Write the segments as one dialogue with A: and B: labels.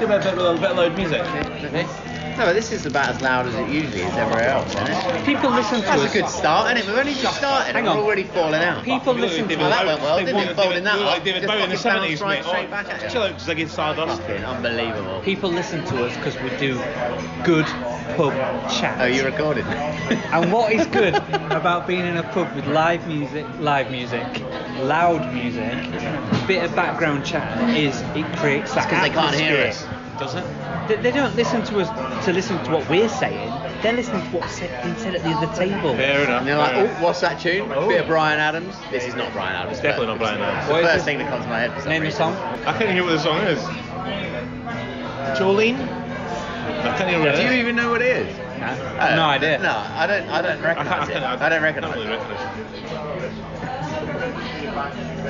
A: about that little bit loud music.
B: No, but this is about as loud as it usually is everywhere else, isn't it?
C: People listen to
B: That's
C: us.
B: a good start, isn't it? We've only just started
C: Hang
B: and
C: on.
B: we're already falling out.
C: People listen to
B: Well, that
C: us.
B: went well,
A: They
B: didn't
A: were-
B: it? Folding
A: they
B: that
A: were
B: up.
A: Like David
B: Just
A: Bowie in the
B: fucking bounced
A: 70s,
B: right
A: mate.
B: straight back at you.
A: Chill out, Ziggy Stardust.
B: Fucking unbelievable.
C: People listen to us because we do good pub chat.
B: Oh, you recorded.
C: And what is good about being in a pub with live music, live music, loud music, bit of background chat is it creates that
B: because they can't hear us.
C: atmosphere.
A: Does it?
C: They, they don't listen to us to listen to what we're saying. They're listening to what's said- being said at the other table.
A: Fair enough.
B: And they're
A: fair
B: like,
A: enough.
B: oh, what's that tune?
A: Oh.
B: Bit of Brian Adams. This is not Brian Adams.
A: It's definitely not Brian Adams.
B: It's
C: What
B: the
C: is
B: first
C: it?
B: thing that comes to my head for some
C: Name the
B: reason.
C: song.
A: I can't hear what the song is. Jolene? I can't hear what
B: Do
A: it
B: you
A: is.
B: even know what it is?
C: No,
B: Oh,
C: no idea.
B: No, I don't. I don't
A: I can't,
B: recognise it.
A: I can't,
B: I don't recognise
A: really
B: it.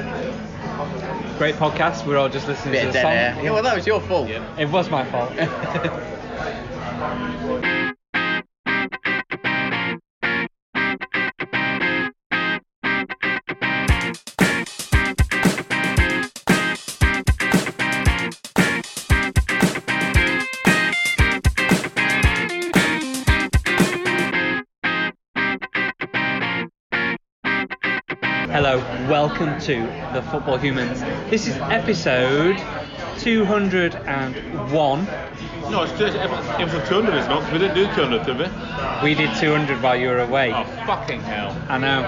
A: recognise
C: Great podcast. We're all just listening
B: Bit
C: to
B: of
C: the
B: dead
C: song.
B: air. Yeah, well, that was your fault.
A: Yeah.
C: It was my fault. Hello, welcome to the Football Humans. This is episode 201.
A: No, it's just it was 200, it's not. 'cause We didn't do 200, did we?
C: We did 200 while you were away.
A: Oh, fucking hell.
C: I know.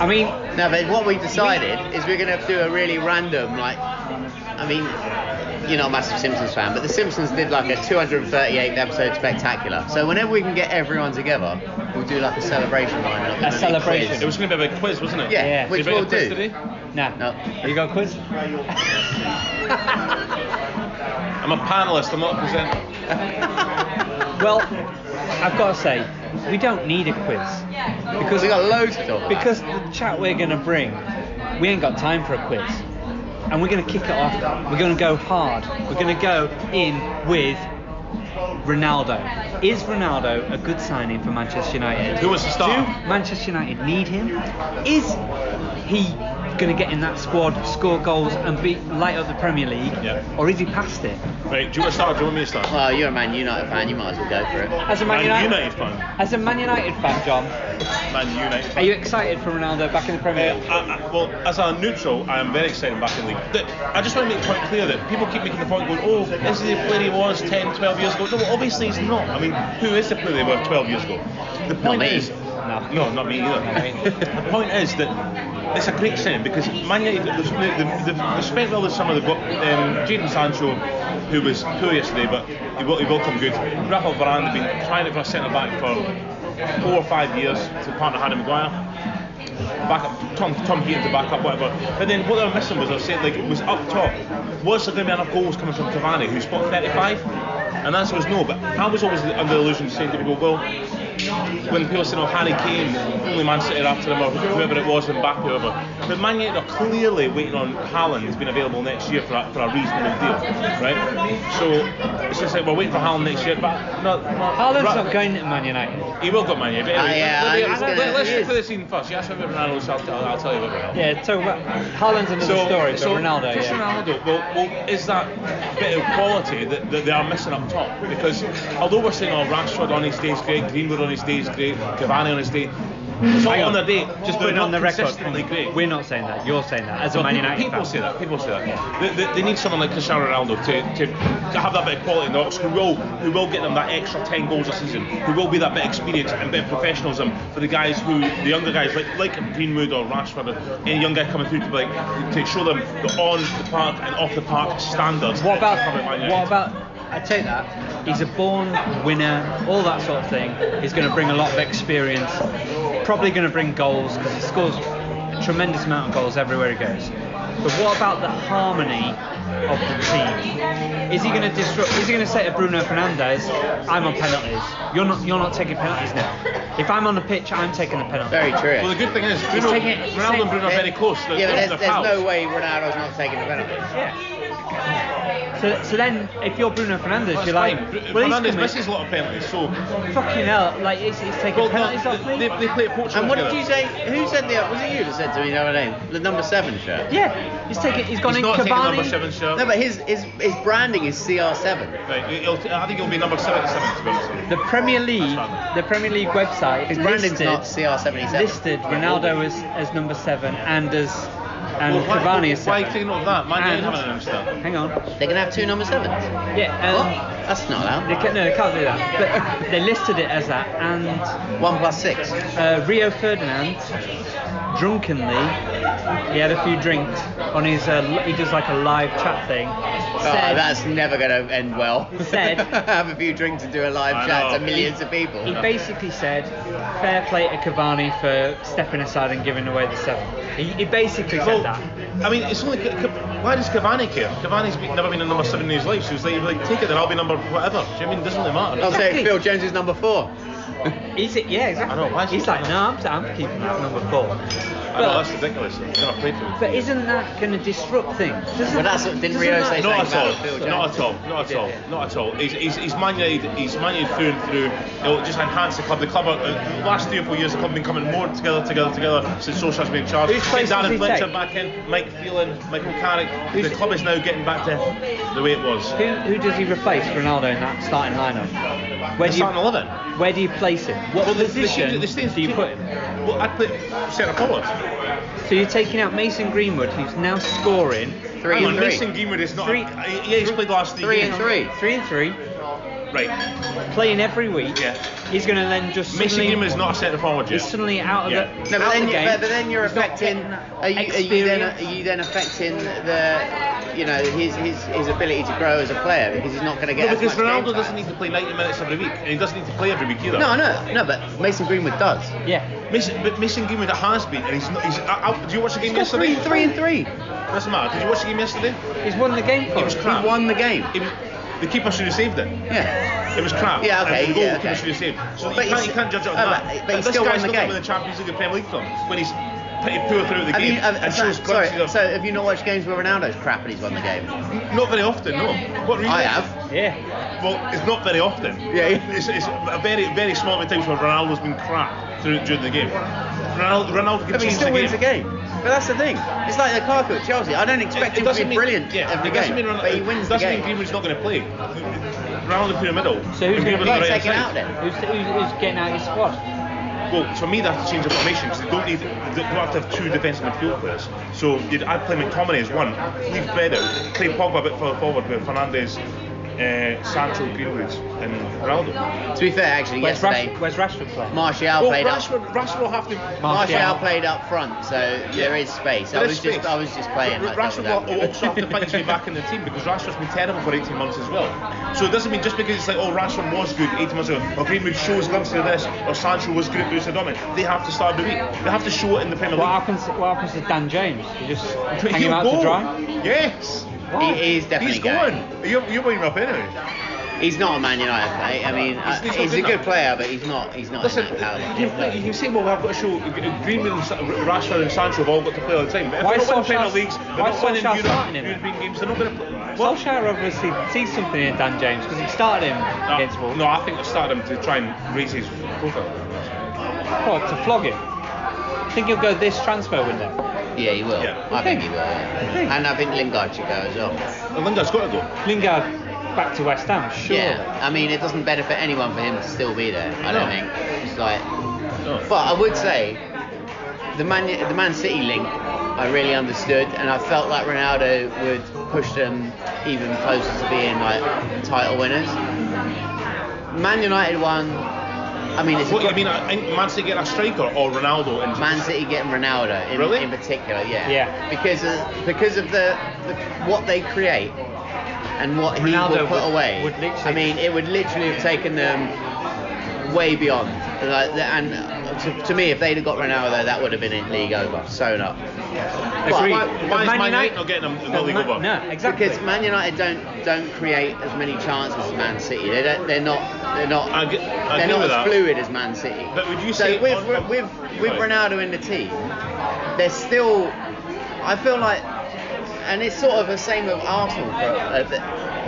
C: I mean,
B: No, but what we decided is we're going to do a really random, like, I mean, you're not a massive Simpsons fan, but The Simpsons did like a 238 episode spectacular. So whenever we can get everyone together, we'll do like a celebration lineup. and
C: A
B: big
C: celebration.
B: quiz.
A: It was going to be a big quiz, wasn't it?
B: yeah,
C: Yeah.
B: which
A: Did we
B: we'll
A: get a quiz
B: do.
A: today?
C: nah.
B: No.
C: You got a quiz?
A: I'm a panelist, I'm not a presenter.
C: well, I've got to say, we don't need a quiz.
B: Because we got loads to talk about.
C: Because the chat we're going to bring, we ain't got time for a quiz. And we're going to kick it off. We're going to go hard. We're going to go in with Ronaldo. Is Ronaldo a good signing for Manchester United?
A: Who wants to start?
C: Do Manchester United need him? Is he going to get in that squad, score goals, and be light up the Premier League?
A: Yeah.
C: Or is he past it?
A: Right, do you want to start or do you want me to start?
B: well, you're a Man United fan, you might as well go for it.
C: As a Man,
A: Man
C: United,
A: United fan.
C: as a Man United fan, John,
A: Man United fan.
C: are you excited for Ronaldo back in the Premier League?
A: Uh, I, I, well, as a neutral, I am very excited back in the league. That- I just want to make it quite clear that people keep making the point going, oh, this is the player he was 10, 12 years ago. No, well, obviously he's not. I mean, who is the player they were 12 years ago? The point
B: me.
A: is,
C: No.
A: no, not me either. the point is that it's a great signing because Man United, they've, they've, they've, they've spent all this summer, they've got um, Jadon Sancho, who was poor yesterday, but he will, he will come good. Rafael Varane, they've been trying it for a centre back for four or five years to partner Harry Maguire back up, Tom, Tom Heaton to back up, whatever. And then what they were missing was, I was saying, like, it was up top. Was there going to be enough goals coming from Cavani, who's spot 35? And the answer was no, but I was always under the illusion saying to people, well, when people said, oh, Harry Kane, only Man City are after him, or whoever it was, Mbappe, whoever. But Man United are clearly waiting on Haaland, who's been available next year for a, for a reasonable deal, right? So it's just like, we're waiting for Haaland next year, but no, no,
C: Haaland's
A: Ra-
C: not going to Man United.
A: He will go Man United. but
B: Ah,
A: anyway,
B: yeah,
A: let-
B: I
A: let-
B: was
A: let-
B: gonna-
A: let's
B: he
A: stick
B: is.
A: with the scene first. You asked me about Ronaldo, so I'll tell, I'll tell you about Ronaldo.
C: Yeah, so about Haaland's another story, but
A: so
C: Ronaldo,
A: Cristiano
C: yeah.
A: Ronaldo, well, well, is that bit of quality that, that they are missing up top? Because although we're saying, oh, Rashford on his day is great, Greenwood on his day is great, Cavani on his day, it's all
C: Hang
A: on
C: on.
A: their day.
C: Just
A: They're
C: putting on
A: not
C: the record.
A: consistently great.
C: We're not saying that. You're saying that as a
A: Well,
C: Man
A: people,
C: United
A: people
C: fan.
A: say that. People say that. They, they, they need someone like Cristiano Ronaldo to, to, to have that bit of quality in the box who will who will get them that extra 10 goals a season, who will be that bit of experience and bit of professionalism for the guys who the younger guys like like Greenwood or Rashford or any young guy coming through to be like to show them the on the park and off the park standards.
C: What
A: that come at Man
C: about
A: United.
C: what about I take that. He's a born winner, all that sort of thing. He's going to bring a lot of experience. Probably going to bring goals because he scores a tremendous amount of goals everywhere he goes. But what about the harmony of the team? Is he going to disrupt? Is he going to say to Bruno Fernandez, "I'm on penalties. You're not. You're not taking penalties now. If I'm on the pitch, I'm taking the penalty."
B: Very true.
A: Well, the good thing is Bruno,
C: taking it- he's
A: Ronaldo and Bruno are very close. They're,
B: yeah,
A: they're
B: but
A: the
B: there's, there's
A: pals.
B: no way Ronaldo's not taking the benefit.
C: Yeah. So, so then, if you're Bruno Fernandes,
A: That's
C: you're like,
A: fine. Bru-
C: well, he's
A: Fernandes
C: coming-
A: misses a lot of penalties, so.
C: Fucking hell! Like, it's, it's taking
A: Well,
C: penalties
A: no,
C: off me.
A: they, they play at Portugal.
B: And what did
A: together.
B: you say? Who said the? Was it you that said to me the other day? The number seven shirt.
C: yeah, he's taking. He's gone
A: He's
C: in
A: not taking
C: Cavani.
A: number seven shirt.
B: No, but his his his branding is CR7.
A: Right, he'll, I think he'll be number seven. seven to be honest.
C: The Premier League,
A: fine.
C: the Premier League website
B: His branding's
C: listed,
B: not CR77.
C: listed Ronaldo as, as number seven and as and
A: Well, why,
C: Cavani as seven.
A: Why are you taking all that? Man,
C: And-
A: you haven't announced that.
C: Hang on.
B: They're gonna have two number sevens.
C: Yeah,
B: What?
C: and
B: That's not
C: they
B: allowed.
C: can, no, they can't do that. But uh, they listed it as that, and
B: One plus six.
C: uh, Rio Ferdinand drunkenly he had a few drinks on his uh, li- he does like a live chat thing
B: Oh,
C: said
B: that's never gonna end well.
C: Said-
B: have a few drinks and do a live
A: I
B: chat to
A: know.
B: millions of people.
C: he basically said fair play to Cavani for stepping aside and giving away the seven he, he basically said that
A: I mean, it's only. Ca- Ca- Why does Cavani care? Cavani's been, never been a number seven in his life, so he's like, like, take it, then I'll be number whatever. Do you know what I mean? Doesn't really matter.
B: I'll say
C: Exactly.
B: Phil Jones is number four.
C: he's yeah exactly
A: I know, why is
C: he's
A: he-
C: like no I'm, I'm keeping that number four
A: I know, that's
C: but,
A: ridiculous. He's never played for them.
C: but isn't that going to disrupt things Doesn't
B: Well, that's
C: that-
B: what- didn't
C: doesn't
B: Rio
C: that-
B: say
A: Not
B: Thank
A: at all.
B: you, Phil
A: Not
B: Jones.
A: at all. Not at all.
C: Yeah.
A: Not at all. He's, he's, he's Man United. He's Man United through and through. It'll just enhance the club. The club. Are, uh, the last three or four years, the club have been coming more together, together, together since Solskjaer's been in charge.
C: Whose place
A: Darren
C: does he
A: Fletcher
C: take?
A: back in. Mike Phelan, Michael Carrick. the club is now getting back to the way it was.
C: who, who does he replace Ronaldo in that starting lineup where do
A: They're
C: you
A: starting eleven.
C: where do you place him what
A: Well, they- they
C: position
A: should- they should-
C: do you put him
A: Well, I'd play centre forward.
C: So you're taking out Mason Greenwood, who's now scoring
B: Three
A: Hang
B: and
A: on,
B: three.
A: Mason Greenwood is not.
C: Three-
A: uh, yeah, he's played the last three.
B: Three
A: games.
B: and three.
C: three and three,
A: Right.
C: playing every week.
A: Yeah.
C: He's going to then just
A: Mason
C: suddenly,
A: Greenwood is not a centre forward yet.
C: He's suddenly out of
A: Yeah.
C: the.
B: No, but
C: out
B: then,
C: the
B: you,
C: game.
B: but, but then you're
C: He's not
B: affecting.
C: getting
B: Are you, are you then
C: experience.
B: are you then affecting the you know his his his ability to grow as a player because he's not going to get.
A: No,
B: as
A: because
B: much game
A: Ronaldo
B: time.
A: doesn't need to play 90 minutes every week, and he doesn't need to play every week either.
B: No, I know, no, but Mason Greenwood does.
C: Yeah.
A: Mason, but Mason Greenwood has been, and he's not. He's, I, I, do you watch the game
B: He's got
A: yesterday?
B: three, three and three.
A: Doesn't matter. Did you watch the game yesterday?
C: He's won the game for
A: It was
C: us.
A: crap.
B: He won the game.
A: It was, the keeper should have saved it.
B: Yeah.
A: It was crap.
B: Yeah, okay,
A: And the
B: yeah,
A: goalkeeper
B: okay.
A: should have saved. So
B: But
A: you
B: he's-
A: can't, you can't judge it on
B: oh, but-
A: that.
B: but
A: And
B: he's
A: this
B: still won
A: guy's
B: the
A: not
B: game.
A: winning the Champions League and Premier League from when he's pretty poor throughout the
B: Have
A: game
B: you, have,
A: and
B: so-
A: shows
B: sorry,
A: glimpses
B: so have you not watched games where Ronaldo's crap and he's won the game?
A: of. Not very often, no. What reason?
B: I have.
C: Yeah.
A: Well, it's not very often.
B: Yeah.
A: It's, it's a very, very small amount of times where Ronaldo's been crap through, during the game. Ronaldo, Ronaldo can
B: But he
A: change
B: still
A: the
B: wins the
A: game.
B: game. But that's the thing. It's like Lukaku at Chelsea. I don't expect
A: It- it
B: him to
A: doesn't
B: be
A: mean-
B: brilliant
A: yeah,
B: every
A: it doesn't
B: game,
A: mean Ronaldo-
B: but he wins
A: it
B: the
A: doesn't
B: game.
A: mean Greenwood's not going to play. Ronaldo through the middle.
C: So who's gonna
A: and Greenwood's
C: be
A: on the
B: taken
A: outside.
B: out then?
C: Who's, who's, who's getting out of his squad?
A: Well, for me, they have to change the formation because they don't need, they don't have to have two defensive midfield players. So you'd, I'd play McTominay as one, leave Fred out, play Pogba a bit further forward with Fernandes, uh, Sancho, Greenwood, and Ronaldo.
B: To be fair, actually,
C: Where's,
B: yesterday
C: Rash, where's Rashford playing?
B: Martial
A: well,
B: played up.
A: Rashford, Rashford will have to.
C: Martial.
B: Martial played up front, so there is space. I
A: There
B: was
A: is space.
B: just, I was just playing.
A: But
B: Like
A: Rashford
B: that
A: will also have to find his way back in the team because Rashford's been terrible for 18 months as well. So it doesn't mean just because it's like, oh, Rashford was good 18 months ago, or Greenwood shows glimpses of this, or Sancho was good at Borussia Dortmund. They have to start the week. They have to show it in the Premier
C: What
A: League.
C: happens? What happens to Dan James? You just hang
A: He'll
C: him out
A: go.
C: to dry?
A: Yes.
C: Why?
B: He is definitely
A: He's
B: going.
A: going. You you bring him up anyway.
B: He's not a Man United player. I mean,
A: He's- he's
B: uh,
A: not
B: he's a
A: good
B: good
A: enough.
B: player, but he's not. He's not.
A: Listen,
B: in that caliber.
A: you can, you can say, well, I've got to show Greenwood and Sa- Rashford and Sancho have all got to play all the time. But if
C: Why
A: they're not winning
C: Solskjaer's-
A: Premier Leagues, they're
C: why
A: not winning
C: Solskjaer's
A: Euro-
C: starting him?
A: European games, they're not going to play.
C: Well, Shire obviously sees something in Dan James because he started him against
A: No,
C: Wolves.
A: no, I think they've started him to try and raise his profile.
C: Well, Oh, to flog him. I think he'll go this transfer window.
B: Yeah, he will.
A: Yeah.
B: I think he will.
C: You think?
B: yeah. And I think Lingard should go as well.
A: And Lingard's got to go.
C: Lingard back to West Ham, sure.
B: Yeah. I mean, it doesn't benefit anyone for him to still be there. I don't
A: No.
B: think. It's like,
A: No.
B: but I would say the Man the Man City link. I really understood, and I felt like Ronaldo would push them even closer to being like title winners. Man United won. I mean, it's a
A: what do
B: good-
A: you mean? I think Man City get a striker or Ronaldo and
B: Man City getting Ronaldo in,
A: Really?
B: in particular, yeah.
C: Yeah.
B: Because of, because of the, the what they create and what he
C: Ronaldo
B: will put
C: would-
B: away.
C: would literally-
B: I mean, it would literally have taken them way beyond. Like, the- and uh, to, to me, if they'd have got Ronaldo, that would have been it, league over, sewn up.
A: Why,
C: Agreed.
A: why,
C: But
A: why
C: Man
A: is Man
C: United-
A: United not getting him in the league
C: Ma-
A: over?
C: No, exactly.
B: Because Man United don't don't create as many chances as Man City. They don't. They're not. They're not.
A: I ge-
B: they're
A: I
B: not
A: agree with
B: as
A: that.
B: fluid as Man City.
A: But would you
B: so
A: say
B: with
A: on- on-
B: with with
A: Right.
B: Ronaldo in the team, they're still. I feel like, and it's sort of the same with Arsenal. but, uh, th-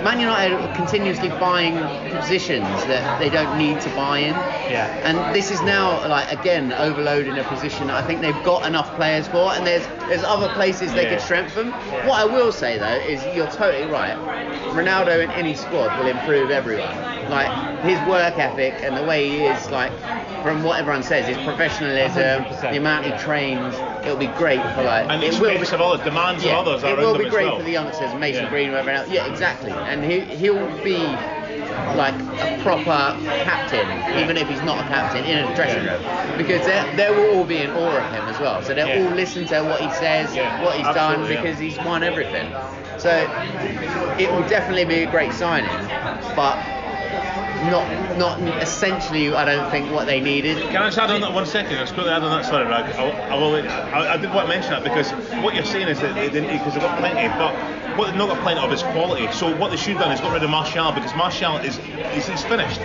B: Man United are continuously buying positions that they don't need to buy in.
C: Yeah.
B: And this is now like again overloading a position that I think they've got enough players for, and there's there's other places they
A: Yeah.
B: could strengthen. What I will say though is you're totally right. Ronaldo in any squad will improve everyone. Like his work ethic and the way he is, like from what everyone says, his professionalism,
C: 100%,
B: the amount he
C: yeah.
B: trains, it'll be great for like.
A: And the
B: it will be
A: experience of others, demands
B: yeah,
A: of others are
B: it will
A: around
B: be
A: them
B: great
A: as well.
B: for the youngsters, Mason
A: Yeah.
B: Green, whatever else. Yeah, exactly. And he he'll be like a proper captain, even if he's not a captain in a dressing
A: Yeah.
B: room, because they they will all be in awe of him as well. So they'll
A: Yeah.
B: all listen to what he says,
A: Yeah,
B: what he's done,
A: absolutely, yeah.
B: because he's won everything. So it will definitely be a great signing, but not not essentially. I don't think what they needed.
A: Can I just add on that one second? Just quickly add on that. Sorry, Rag. I, I, will, I, I did want to mention that because what you're saying is that they didn't because they've got plenty, but what they've not got plenty of is quality. So what they should have done is got rid of Martial because Martial is he's, he's finished.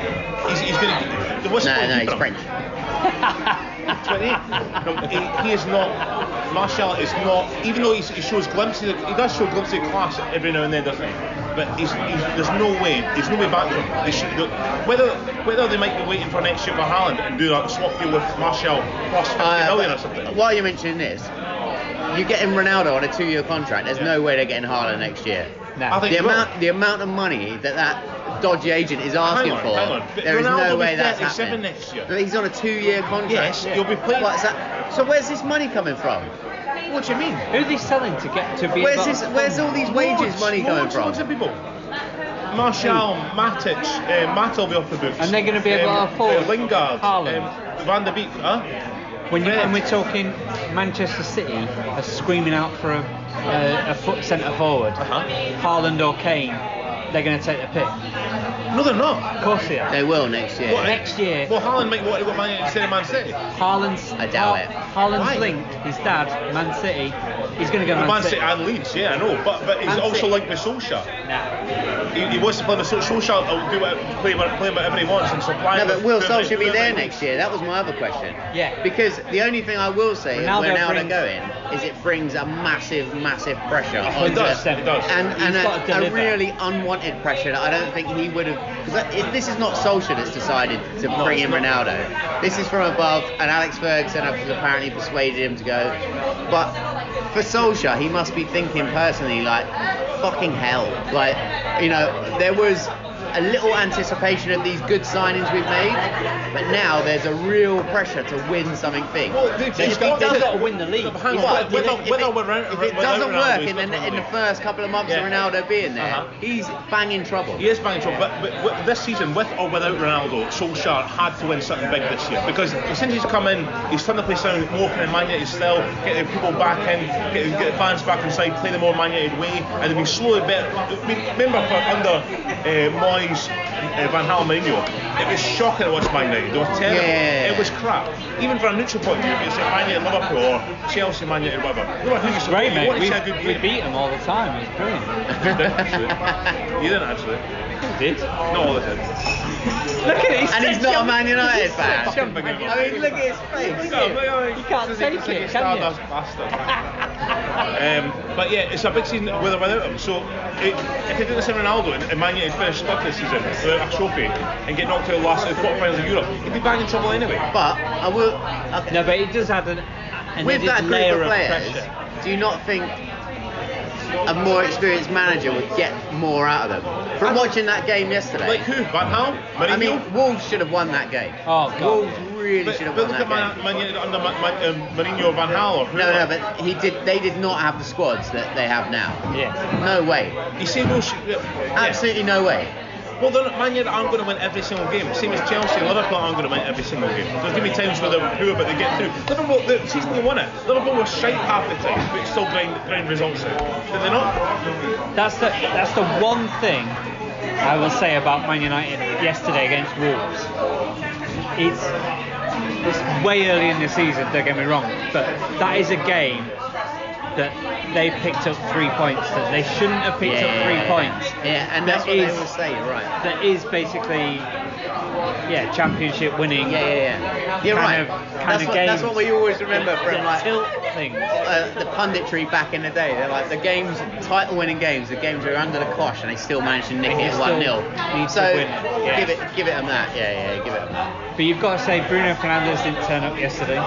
A: He's, he's going to. The whistle
B: No,
A: will
B: no, he's
A: keep him.
B: French.
A: 28. No, he, he is not. Martial is not. Even though he's, he shows glimpses, of, he does show glimpses of class every now and then, doesn't he? But he's, he's, there's no way. There's no way back from. They should, look, whether whether they might be waiting for next year for Haaland and do that swap deal with Martial plus 50
B: Uh,
A: million or
B: but
A: something.
B: While you're mentioning this, you're getting Ronaldo on a two-year contract. There's no way they're getting Haaland next year.
C: No.
A: I think
B: The
A: they will.
B: amount, the amount of money that that dodgy agent is asking
A: on,
B: for,
A: hang on. But
B: there is
A: Ronaldo
B: no
A: will be
B: way that's
A: 37
B: happening.
A: next year.
B: But he's on a two-year contract.
A: Yes, you'll be playing-
B: What's that? So where's this money coming from? What do you mean?
C: Who are they selling to get to be?
B: Where's
C: involved?
B: this? Where's all these wages
A: Loads,
B: money
A: loads,
B: coming
A: Loads of
B: from?
A: people. Martial, Matic, uh, Matt will be off the books.
C: And they're gonna be able to afford
A: uh, Lingard,
C: Haaland.
A: um, Van der Beek, huh?
C: When you,
A: Red.
C: and we're talking Manchester City are screaming out for a, a, a foot centre forward,
A: Uh-huh.
C: Haaland or Kane, they're going to take the pick.
A: No, they're not.
C: Of course they are.
B: They will next year.
A: What,
C: Next year-
A: Well, Haaland might want to go to Man United instead of Man City.
C: Haaland's,
B: I doubt it.
C: Haaland's
A: Why?
C: linked, his dad, Man City, he's going to go
A: Man,
C: Man,
A: City and Leeds, yeah, I know. But but he's
C: Man
A: also
C: City.
A: linked with Solskjaer.
C: Nah.
A: He, he wants to play with Sol- Solskjaer. Will uh, do what, play, what- play whatever he wants and supply.
B: No,
A: him
B: but
A: with
B: will
A: whoever-
B: Solskjaer be
A: whoever
B: there
A: he-
B: next year? That was my other question.
C: Yeah.
B: Because the only thing I will say is
C: Ronaldo
B: where Ronaldo
C: brings-
B: going is it brings a massive, massive pressure on
A: It does. It does.
B: and, and
C: He's gotta
B: a, a
C: deliver.
B: really unwanted pressure that I don't think he would have. Because this is not Solskjaer that's decided to
A: No,
B: bring
A: it's
B: in
A: not.
B: Ronaldo. This is from above, and Alex Ferguson has apparently persuaded him to go. But for Solskjaer, he must be thinking personally, like, fucking hell. Like, you know, there was a little anticipation of these good signings we've made, but now there's a real pressure to win something big.
A: Well, they've-
B: So
A: they've
B: if he
A: got-
B: does-
C: He's got to win the league.
A: Hang
B: He's
A: on,
B: got-
A: whether-
B: if it-
A: whether
B: if
A: we're-
B: it- if it
A: whether
B: doesn't
A: Ronaldo
B: work
A: is
B: in the,
A: not
B: in the
A: winning.
B: first couple of months
A: Yeah.
B: of Ronaldo being there,
A: Uh-huh.
B: he's bang in trouble.
A: He is banging trouble, but, but, but this season, with or without Ronaldo, Solskjaer had to win something big this year because since he's come in, he's turned the place around, more open in Man United still, get the people back in, get, get the fans back inside, play the more Man United way, and they've been slowly better. I mean, remember for, under uh, Moyes, uh, Van Hal, Mourinho, it was shocking to watch Man United. They were terrible.
B: Yeah.
A: It was crap. Even for a neutral point of view, it's like Man United, Liverpool, or Chelsea, Man United, whatever. No matter who you support,
C: Great,
A: you want
C: mate.
A: to
C: We,
A: see a good
C: we
A: game.
C: beat him all the time. It was brilliant.
A: You didn't actually. You didn't actually.
C: did?
A: Not all the time.
C: Look at it.
B: And he's not a Man United fan.
A: such a Man United
B: I mean, look at his face.
C: You can't
A: It's
C: take it,
A: like a
C: can you?
A: Stardust bastard. um, but yeah, it's a big season with or without him. So it, if they did this in Ronaldo and, and Man United finished stuck this season without a trophy and get knocked out last in the quarterfinals of Europe, he'd be back in trouble anyway.
B: But I will. okay.
C: No, but it does add an, an
B: With
C: added
B: that group
C: layer
B: of players,
C: pressure.
B: do you not think a more experienced manager would get more out of them? From watching that game yesterday,
A: Like who? Van Hal? Mourinho?
B: I mean, Wolves should have won that game.
C: Oh, God.
B: Wolves really
A: but,
B: should have
A: but
B: won
A: look at
B: that
A: Man,
B: game.
A: Man United under Ma- Ma- um, Mourinho or Van Hal or who-
B: No, no, but he did. They did not have the squads that they have now.
C: Yeah.
B: No way.
A: You see, Wolves. yeah.
B: Absolutely no way.
A: Well, they're not, Man United aren't going to win every single game. Same as Chelsea and Liverpool aren't going to win every single game. There's going to be times where they're poor, but they get through. Liverpool, the season they won it, Liverpool were shite half the time, but still grind, grind results out. Did they not?
C: That's the that's the one thing I will say about Man United yesterday against Wolves. It's it's way early in the season. Don't get me wrong, but that is a game that they picked up three points that they shouldn't have picked up three points.
B: Yeah, and
C: That
B: that's what they
C: is-
B: always say. You're right.
C: That is basically yeah championship winning.
B: Yeah, yeah, yeah. You're
C: Kind
B: right.
C: of- kind
B: that's,
C: of
B: what, that's
C: games.
B: what we always remember
C: That-
B: from
C: that
B: like
C: tilt things.
B: uh, the punditry back in the day. They're like the games, title-winning games, the games are under the cosh, and they still managed to nick
C: And you
B: it
C: still
B: one 0
C: need to
B: So
C: win it, yeah.
B: give it, give it them that. Yeah, yeah, give it them that.
C: But you've got to say Bruno Fernandes didn't turn up yesterday.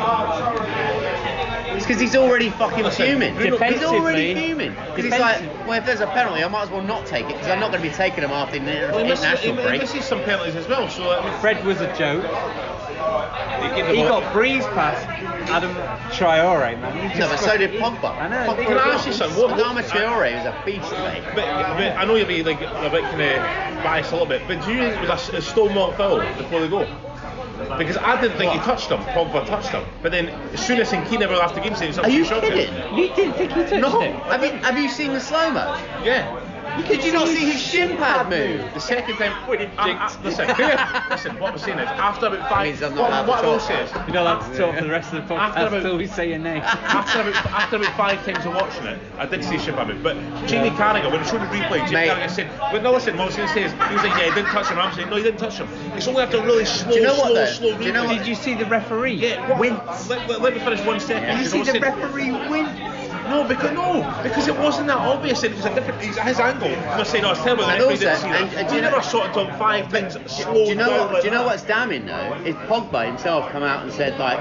B: It's because he's already fucking
A: Listen,
B: fuming.
A: Bruno-
B: He's already
C: Defensively-
B: fuming. Because he's like,
C: defensive-
B: well, if there's a penalty, I might as well not take it because I'm not going to be taking them after the
A: Well, he, misses, he,
B: international
A: he
B: break.
A: misses some penalties as well, so I mean,
C: Fred was a joke.
A: they give the
C: He
A: ball-
C: got breeze past Adam Traore, man. He
B: No,
C: just
B: but so
C: fucking-
B: did Pogba.
C: I know.
B: Pogba
A: Can I ask you something? What-
B: Adama Traore was a beast, mate.
A: But, but I know you'll be like a bit kind of biased a little bit, but do you think it was a, a stonewall foul before the goal? Because I didn't think he touched him, Pogba touched him, but then as soon as Nkeen ever after the game said
B: Are
A: something,
B: you
A: shot him.
B: kidding?
C: You didn't think he touched
B: No.
C: it?
B: Have you, have you seen the slow mo?
A: Yeah.
B: Did you not see his shin pad move?
A: The second time,
C: When he
A: I- I-
C: jinxed.
A: Ah, listen, listen, what I'm saying is, after about five,
B: Means I'm not allowed
A: what,
B: to
A: what I will
B: talk.
A: say is,
C: You're not allowed to talk for the rest of the podcast
A: After about-
C: until we say your name.
A: after about, after about five times of watching it, I did see shit about it. But Jamie Carragher, when he showed the replay, Jamie
B: Mate.
A: Carragher said, but no, listen, what I was going to say is, he was like, yeah, he didn't touch him. I'm saying, no, he didn't touch him. It's only after a really slow,
B: you know what,
A: slow,
B: though?
A: slow replay.
B: Do you know what?
C: Did you see the referee?
A: Yeah, what?
C: Wince.
A: Let, let, let me finish one second.
B: Yeah.
A: You
B: You
A: know
B: see
A: what
B: the
A: I'm saying?
B: referee win.
A: No, because no, because it wasn't that obvious. It was a different. His, his angle. I'm not saying I was terrible. The
B: And
A: referee didn't
B: also-
A: see that.
B: and- and do
A: we
B: you know-
A: never saw it until five things
B: Do
A: slow
B: you know
A: down.
B: what?
A: like
B: Do you know
A: that.
B: what's damning though? Is Pogba himself come out and said like,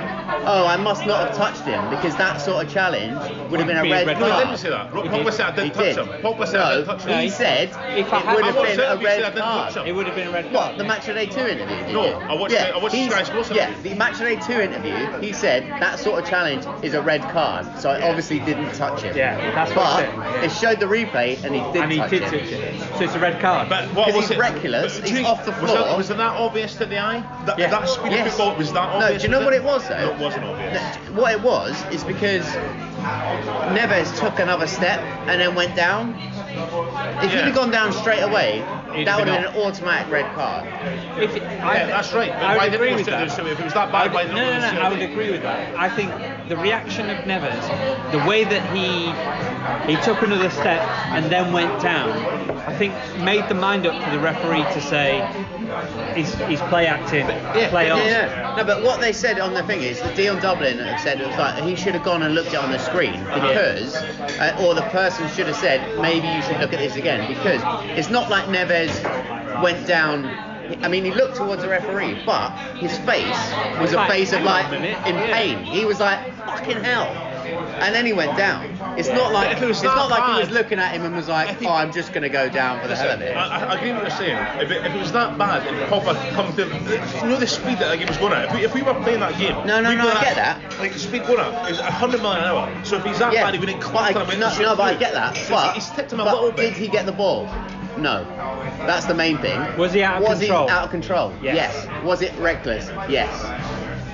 B: "Oh, I must not have touched him because that sort of challenge would have been a
C: Be a
B: red
C: red
B: card."
A: No, he
C: Ah.
A: didn't say that. Pogba said I
B: He
A: didn't touch
B: did.
A: him. Pogba said I didn't touch
B: No,
A: him.
B: he said
C: If I
B: it
C: had-
B: would have
A: I'm not
B: been
A: saying
B: a
A: he said I
B: red
A: didn't touch him.
B: card.
C: It would have been a red card.
B: What the
C: yeah.
B: match of day two interview? Did
A: No,
B: you?
A: I watched the- I watched the
B: he's-
A: Sky Sports
B: Yeah,
A: interview.
B: the match of day two interview. He said that sort of challenge is a red card, so I obviously didn't touch him.
C: Yeah, that's what I
B: but
C: said, yeah.
B: it showed the replay and he did
C: and he
B: touch
C: did
B: him.
C: touch it. So it's a red card.
A: But what
B: 'Cause
A: was
B: he's
A: it?
B: reckless,
A: but
B: he's
A: do you-
B: off the
A: Was
B: floor.
A: that, was it that obvious to the eye? That,
C: Yeah.
A: that speed
B: Yes.
A: of football was that
B: No,
A: obvious?
B: do you know
A: was
B: what it was, though?
A: No, it wasn't obvious.
B: What it was is because Neves took another step and then went down. If
A: Yeah.
B: he'd have gone down straight away,
C: He'd
B: that
C: have
B: would
C: been
B: have been an automatic red card.
C: If it,
A: Yeah, that's right. But
C: I
A: why
C: would
A: didn't
C: agree
A: they
C: with
A: do
C: that.
A: so? If it was that
C: I
A: bad,
C: would-
A: why didn't
C: no,
A: they
C: no,
A: do
C: no.
A: so?
C: I would agree with that. I think the reaction of Nevers, the way that he he took another step and then went down, I think made the mind up for the referee to say, he's, he's play acting, play on.
B: yeah. No, but what they said on the thing is the Dion Dublin have said it was like he should have gone and looked it on the screen because, uh, or the person should have said maybe you should look at this again because it's not like Neves went down. I mean, he looked towards the referee, but his face was a
C: Like,
B: face of
C: hang on
B: like
C: a minute.
B: in
C: Yeah.
B: pain. He was like fucking hell, and then he went down. It's not
A: But
B: like
A: if it was
B: it's
A: that
B: not like he
A: bad-
B: was looking at him and was like,
A: If he-
B: oh, I'm just gonna go down for the hell of it.
A: I, I agree with what you're saying. If it, if it was that bad and Pogba come down, you know the speed that that game was going at. If we, if we were playing that game,
B: No, no,
A: we'd
B: no,
A: go
B: I
A: at-
B: get that.
A: Like the speed going at, it was 100 mile an hour. So if he's that bad, he wouldn't
B: but I,
A: clock him. and
B: no,
A: shoot
B: no, but I
A: through.
B: get that.
A: He's-
B: But,
A: he's tipped him a
B: but
A: little
B: did
A: bit.
B: he get the ball? No. That's the main thing.
C: Was he out of
B: Was
C: control?
B: he out of control?
C: Yes.
B: Was it reckless? Yes.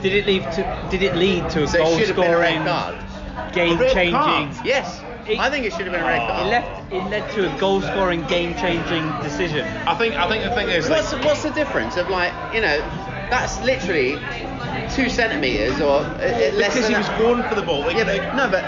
C: Did it lead to did it lead to a
B: So
C: goal
B: it should have been a red
C: scoring,
B: card.
C: game
A: A red card?
C: changing?
B: Yes.
C: It-
B: I think it should have been a red card.
C: It left it led to a goal scoring, game changing decision.
A: I think I think the thing is like,
B: What's what's the difference of like you know that's literally two centimeters or uh, uh, less
A: because
B: than
A: he
B: a-
A: was going for the ball. Like,
B: Yeah,
A: like,
B: but no, but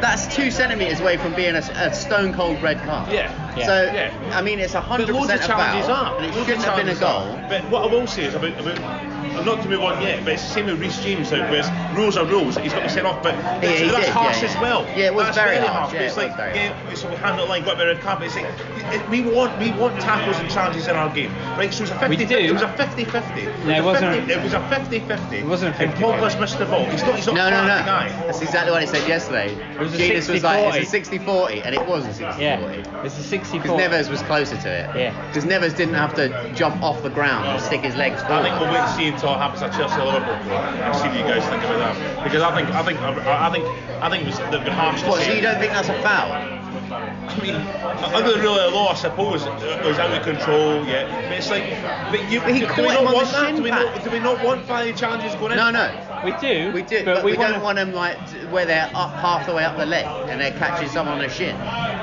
B: that's two centimeters away from being a, a stone cold red card.
A: Yeah.
C: Yeah.
B: So
A: Yeah.
B: I mean, it's a hundred
A: But loads
B: percent
A: of
B: a
A: challenges
B: foul,
A: are.
B: and it
A: Loads of
B: shouldn't have been a
A: challenges
B: goal.
A: are. But what I will say is about, about not to move on yet, but it's the same with Reece James now, whereas rules are rules, he's got to be sent off, but
B: Yeah,
A: that's,
B: he
A: that's
B: did,
A: harsh
B: yeah,
A: as
B: yeah.
A: well.
B: Yeah, it was
A: that's
B: very
A: very
B: harsh, yeah,
A: but
B: it
A: it's
B: was
A: like,
B: very
A: yeah, so we hand it line, got a red card, but it's like, it- it- we want, we want tackles and challenges in our game, right? So it was a 50
C: We do.
A: It was a 50 50.
C: No, it wasn't a-
A: It was a 50 50. It
C: wasn't a
A: And
C: 50-50.
A: Pogba's missed the ball. He's not, he's not
B: No,
A: a
B: no, no.
A: classy guy.
B: That's exactly what I said yesterday.
C: It was a
B: Genius was like,
C: 60-40.
B: it's a 60 40, and it was a 60
C: Yeah, it's a 64.
B: Because Nevers was closer to it.
C: Yeah.
B: Because Nevers didn't have to jump off the ground and stick his legs
A: I
B: forward.
A: think we'll wait and see until it happens at Chelsea or Liverpool and see what you guys think about that. Because I think I think I I think I think it was the, the harsh.
B: what, so you don't think that's a foul?
A: I mean, under the rule of law, I suppose it was out of control. Yeah, but it's like, but you,
B: But he
A: do,
B: caught
A: we
B: him on
A: not
B: the
A: want that?
B: shin
A: Do we
B: pad.
A: not, do we not want value challenges going in?
B: No, no.
C: We do.
B: We do,
C: but, we,
B: don't
C: wanna-
B: want them like t- where they're up half the way up the leg and they're catching someone on the shin.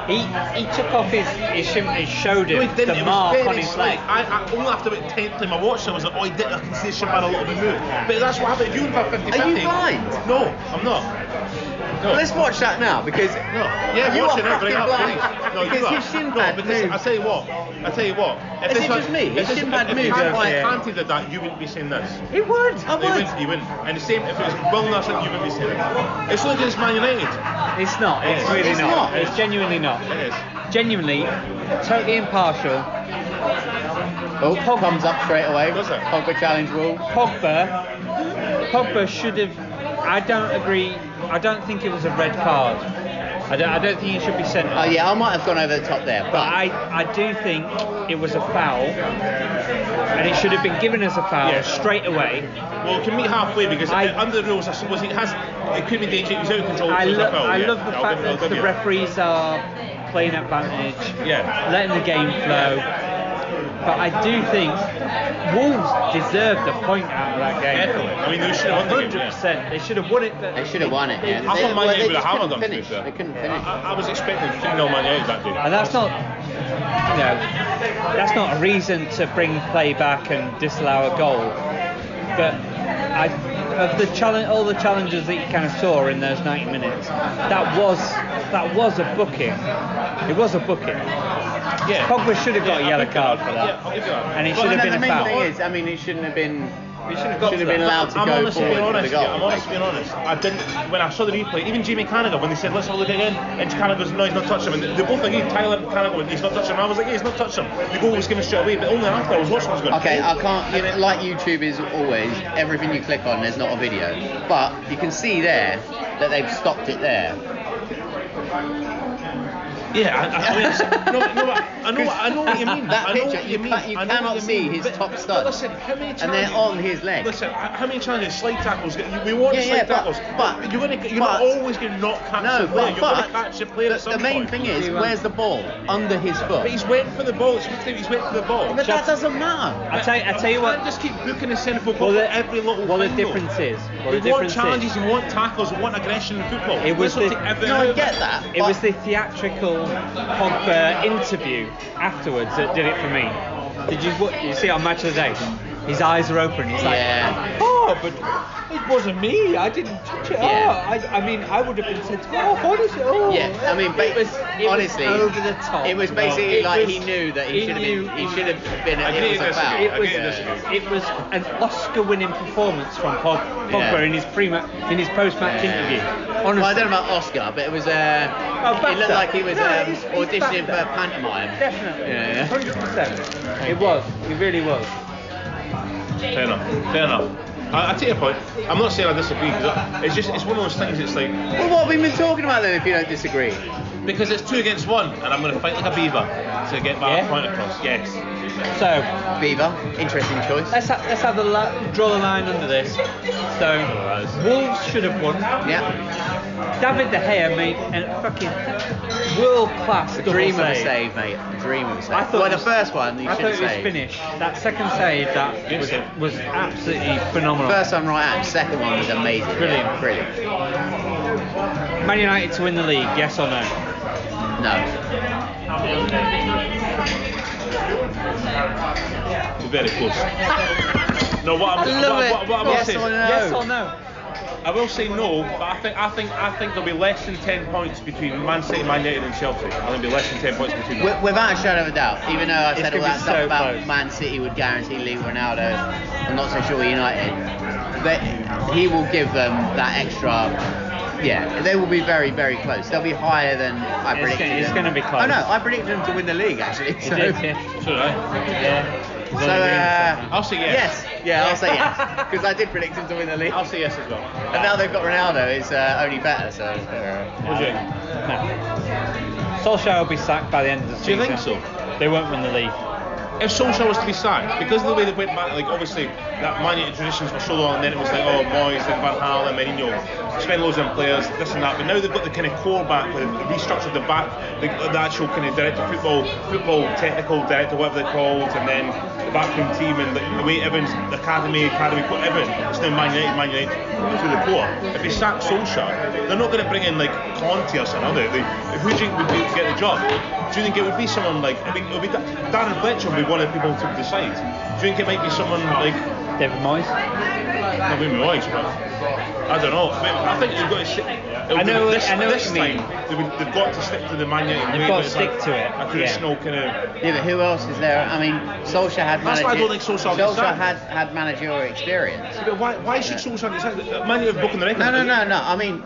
C: He he took off his his shim, he showed
A: No,
C: him
A: he didn't.
C: the
A: it
C: mark
A: was very
C: on his leg.
A: slight. I, I only after about tenth time I watched it, I was like, oh, he did. I can see the shin pad a little bit move. But that's what happened. If you would have 50
B: Are you blind?
A: No, I'm not. No.
B: Let's watch that now because
A: No.
B: you
A: watch
B: are
A: it now, bring
B: fucking
A: up,
B: blind.
A: please. No, you
B: because
A: are.
B: his shin
A: No,
B: pad
A: but this,
B: moved.
A: I tell you what. I tell you what. If
B: Is
A: this
B: it
A: was-
B: just me?
A: If
B: His
A: this,
B: shin pad
A: if,
B: moved
A: If
B: over
A: Kante
B: here.
A: Kante did that, you wouldn't be saying this.
B: It would. I
A: He
B: would.
A: wouldn't. He wouldn't. And the same if it was Will Nelson, you wouldn't be saying it. It's not against Man United.
C: It's not. It's
A: It's-
C: really
B: it's
C: not.
B: not.
C: It's genuinely not.
A: It is.
C: Genuinely, totally impartial.
B: Oh, comes up straight away.
A: Does it?
B: Pogba challenge rule.
C: Pogba, Pogba should have. I don't agree. I don't think it was a red card. I don't, I don't think it should be sent.
B: Oh yeah, I might have gone over the top there,
C: But I, I do think it was a foul, and it should have been given as a foul
A: Yeah.
C: straight away.
A: Well, it can meet halfway because
C: I-
A: uh, under the rules, I suppose it has. It could be danger. He's out of control.
C: I,
A: so it's a
C: lo-
A: foul,
C: I
A: yeah.
C: love the
A: I'll
C: fact
A: give it- I'll
C: that
A: give
C: the
A: you
C: referees are playing advantage,
A: Yeah.
C: letting the game flow. But I do think Wolves deserved a point out of that game.
A: Definitely. I mean, they should have won the game. yeah.
C: 100%. They should have won it. But
B: They should have won it. Yeah.
A: I thought Man
B: well,
A: United would
B: just
A: have
B: couldn't
A: hammered them. to be
B: Finish.
A: fair.
B: They couldn't
A: I,
B: finish.
A: I- I was expecting 3 0 Man United that day.
C: And Uh, that's not, you know, that's not a reason to bring play back and disallow a goal. But I, of the challenge, all the challenges that you kind of saw in those 90 minutes, that was that was a booking. It was a booking.
A: Yeah.
C: Pogba should have got
A: Yeah,
C: a yellow
A: I'll give you
C: card for that,
A: Yeah, I'll give you that.
C: and it
A: But
C: should
B: Well,
C: have been
B: no, the
C: a
B: main
C: foul.
B: thing is, um, I mean, it shouldn't have been.
C: We should have got
B: Should have
C: to
B: Uh, been
C: that.
B: allowed to
A: I'm
B: go
A: honest
B: forward
A: being
B: for
A: honest.
B: the goal.
A: yeah, I'm honest being honest. I didn't. When I saw the replay, even Jamie Carragher, when they said let's have a look again, and Carragher goes no, he's not touched him, and they both agreed. Tyler Carragher, went, he's not touched him. I was like, yeah, he's not touched him. The goal was given straight away, but only after I was watching, I was going.
B: Okay,
A: "Oh."
B: I can't. You know, like YouTube is always, everything you click on, there's not a video. But you can see there that they've stopped it there.
A: Yeah, I, I, I mean, it's- no, no, I, I know, I know what you mean.
B: That
A: I know
B: picture,
A: what
B: you
A: you mean.
B: can't- you
A: I know what
B: cannot
A: you
B: see
A: mean,
B: his
A: but-
B: top
A: but
B: stud.
A: listen, how many
B: And they're
A: challenges-
B: on his leg.
A: Listen, h- how many challenges, slide tackles? get- We want
B: Yeah,
A: slide
B: yeah, but-
A: tackles,
B: but-
A: you're, gonna, you're
B: but-
A: not always going to not catch
B: No,
A: the player.
B: but,
A: You're
B: but
A: going to catch the player at some
B: the main
A: point.
B: thing is,
C: You, um,
B: where's the ball? Under his
A: But
B: foot.
A: he's waiting for the ball. It's what they- He's waiting for the ball.
B: But that doesn't matter.
C: I tell you, I tell you
A: can't
C: what.
A: just keep booking a centre forward
C: Well,
A: for
C: the,
A: every little
C: well, the
A: thing, though.
C: difference is, well,
A: We
C: the
A: want
C: difference is,
A: challenges, we want tackles, we want aggression in football.
C: It was
A: Let's
C: the-
A: not take everything
B: No, I
A: out of
B: get that.
C: It
B: but-
C: was the theatrical Pogba interview afterwards that did it for me. Did you what you see on Match of the Day? His eyes are open. He's like,
B: Yeah.
C: oh, but it wasn't me. I didn't touch it.
B: Yeah.
C: Oh, I, I mean, I would have been sent off. Honestly, oh.
B: Yeah, I mean, ba-
C: it was, it
B: honestly,
C: was over the top.
B: It was basically
C: It
B: like
C: was-
B: he knew that he,
C: he
B: should have
C: knew-
B: been. He should have been.
A: I
B: It was
A: agree,
B: a foul.
A: disagree.
C: It was,
A: I get this.
C: it was an Oscar-winning performance from Pog, Pogba
B: Yeah.
C: in his pre in his post-match
B: Yeah.
C: interview. Honestly,
B: Well, I don't know about Oscar, but it was. Uh,
C: Oh,
B: it looked
C: BAFTA.
B: like he was
C: No,
B: um,
C: he's- he's
B: auditioning for
C: BAFTA.
B: pantomime.
C: Definitely.
B: Yeah.
C: 100%. It was. It really was.
A: Fair enough. Fair enough. I, I take your point. I'm not saying I disagree. 'cause I- it's just it's one of those things. It's like
B: Well, what have we been talking about then? If you don't disagree,
A: because it's two against one, and I'm going to fight like a beaver to get my
C: Yeah?
A: point across. Yes.
C: So,
B: Beaver, interesting choice.
C: let's, ha- let's have the la- draw the line under this. So, Wolves should have won.
B: Yeah,
C: David De Gea made a fucking world class
B: dream of a save, mate. Dream of a save.
C: I thought
B: well,
C: it
B: the
C: was-
B: first one you
C: I
B: should
C: thought
B: have
C: it was
B: saved.
C: finished. That second save that
A: Good
C: was,
A: save.
C: was absolutely phenomenal.
B: First one right out, second one was amazing.
C: Brilliant.
B: brilliant.
C: Man United to win the league, yes or no?
B: No,
A: We're very close. No, what I'm,
B: I love
A: what,
B: it.
A: what, what I will
B: Yes
A: say,
B: or
A: is-
B: No.
C: Yes or no?
A: I will say no, but I think I think I think there'll be less than ten points between Man City, Man United, and Chelsea. I think there'll be less than ten points between. them.
B: Wi- without a shadow of a doubt. Even though I
C: It's
B: said all
C: gonna
B: that
C: be
B: stuff
C: so
B: about
C: close.
B: Man City would guarantee Lee Ronaldo, I'm not so sure United. But he will give them that extra. Yeah, they will be very, very close. They'll be higher than I
C: It's
B: predicted.
C: gonna- it's
B: them.
C: gonna be close.
B: Oh no, I predicted them to win the league actually.
C: You
B: So,
C: did,
B: so
C: yeah.
A: Should I?
C: Yeah.
B: uh,
A: I'll say yes.
B: yes, yeah, I'll say yes because I did predict them to win the league.
A: I'll say yes as well.
B: And now they've got Ronaldo, it's uh, only better. So. uh,
A: Would you?
C: No. Solskjaer will be sacked by the end of the
A: Do
C: season.
A: you think so?
C: They won't win the league.
A: If Solskjaer was to be sacked, because of the way they went back, like obviously that Man United traditions were so long, and then it was like, oh, Moyes, then Van Halen, Mourinho, spend loads on players, this and that. But now they've got the kind of core back, they've restructured the back, the, the actual kind of director football, football technical director, whatever they're called, and then the backroom team and the, the way everyone's the academy, academy, put everything. It's now Man United, Man United to the core. If they sack Solskjaer, they're not going to bring in like Conte or something. Are they? They- Who do you think would be, get the job? Do you think it would be someone like? I mean, it would be Da- Darren Fletcher would be one of the people to decide. Do you think it might be someone like
C: David Moyes.
A: Not with Moyes, but I don't know. I, mean, I think you've got to. Stick, it'll
C: I know-
A: be This,
C: I know what
A: this
C: you mean.
A: time, they would, they've got to stick to the Man United.
C: They've
A: way,
C: got
A: but
C: to
A: it's
C: stick
A: like
C: to it,
A: A traditional kind
B: Yeah, but who else is there? I mean, Solskjaer had
A: That's why I
B: manageri-
A: don't think Solskjaer gets sacked.
B: had, had managerial experience.
A: of. But why, why should Solskjaer get sacked? Man United have broken the record.
B: No, no, no, no. I mean,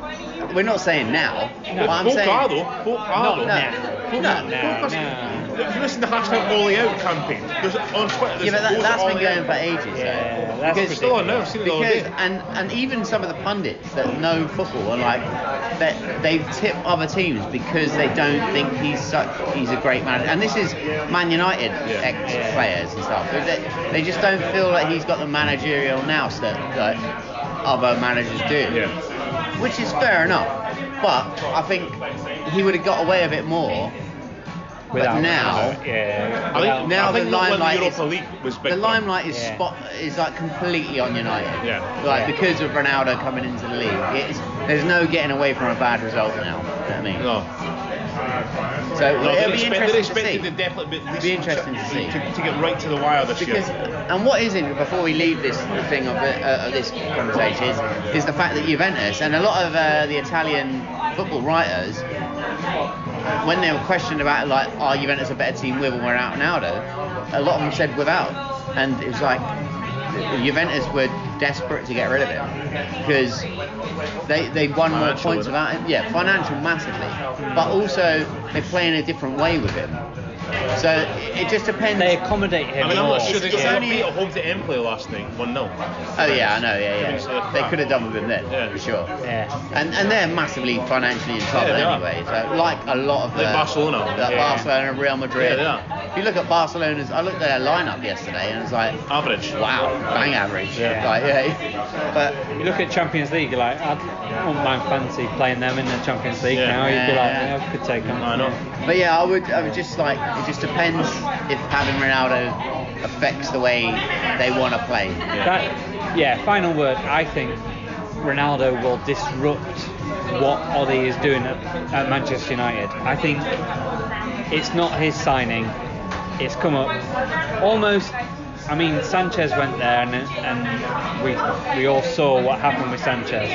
B: we're not saying now. But I'm
A: Folk
B: saying.
A: are though. Folk are
B: Not
A: though.
B: now.
A: Folk
B: No,
A: are-
C: no,
A: folk are-
C: no.
A: If you listen to hashtag Ollie Out campaign, there's on Twitter.
B: Yeah,
A: There's
B: but that,
A: loads
B: that's
A: of
B: been
A: Ollie
B: going
A: Out.
B: for ages. though.
C: Yeah, that's
A: It's still on now.
C: ridiculous.
A: I've seen it all
B: Because
A: day.
B: and and even some of the pundits that know football are like that they tip other teams because they don't think he's such he's a great manager. And this is Man United
A: Yeah.
B: ex
C: Yeah.
B: players and stuff. They, they just don't feel like he's got the managerial nous that, that other managers do. Which is fair enough. But I think he would have got away with it more. but now
C: yeah,
A: I
C: without-
A: think
B: now
A: I think
B: the
A: not when
B: limelight
A: the
B: is-
A: Europa League was big.
B: the
A: though.
B: limelight is
C: Yeah.
B: spot is like completely on United.
A: Yeah.
B: Like
C: Yeah.
B: because of Ronaldo coming into the league, it's, there's no getting away from a bad result now. You know what I mean,
A: No.
C: Uh,
B: so
A: No,
B: it'll
A: they're
B: be
A: expect- they're
B: interesting
A: expected
B: to
A: to
B: see.
A: definitely be, at
B: Be
A: least
B: interesting to see.
A: to, to get right to the wire this
B: Because
A: year.
B: and what is it before we leave this thing of, it- uh, of this conversation is, is the fact that Juventus and a lot of uh, the Italian football writers, when they were questioned about like are Juventus a better team with or without Ronaldo, a lot of them said without, and it was like Juventus were desperate to get rid of him because they they won more
A: Financial,
B: points
A: wasn't it?
B: without him. Yeah, financial massively, but also they play in a different way with him. So it it just depends.
C: they accommodate him
A: I mean, I'm
C: more.
A: not sure they
B: It's
A: got
B: only-
A: beat at home to Empley last night, one 0
B: Oh yeah, I know. Yeah,
A: It's
B: yeah.
A: a
B: They
A: crap.
B: could have done with him then,
A: Yeah.
B: for sure.
C: yeah.
B: And and they're massively financially in trouble
A: Yeah, they are.
B: anyway. So like a lot of the
A: Like Barcelona.
B: like
C: Yeah.
B: Barcelona, Real Madrid.
A: Yeah, they are.
B: If you look at Barcelona's, I looked at their lineup yesterday and it's like,
A: Average.
B: wow, bang average.
C: Yeah.
B: Like, yeah. But
C: You look at Champions League, you're like, I wouldn't mind fancy playing them in the Champions League
A: Yeah.
C: now. You'd be like,
B: Yeah.
C: yeah, I could take them.
A: I know.
B: But yeah, I would. I would just like. It just depends if having Ronaldo affects the way they want to play.
C: That, yeah, final word. I think Ronaldo will disrupt what Oddy is doing at, at Manchester United. I think it's not his signing. It's come up almost. I mean, Sanchez went there, and, and we we all saw what happened with Sanchez.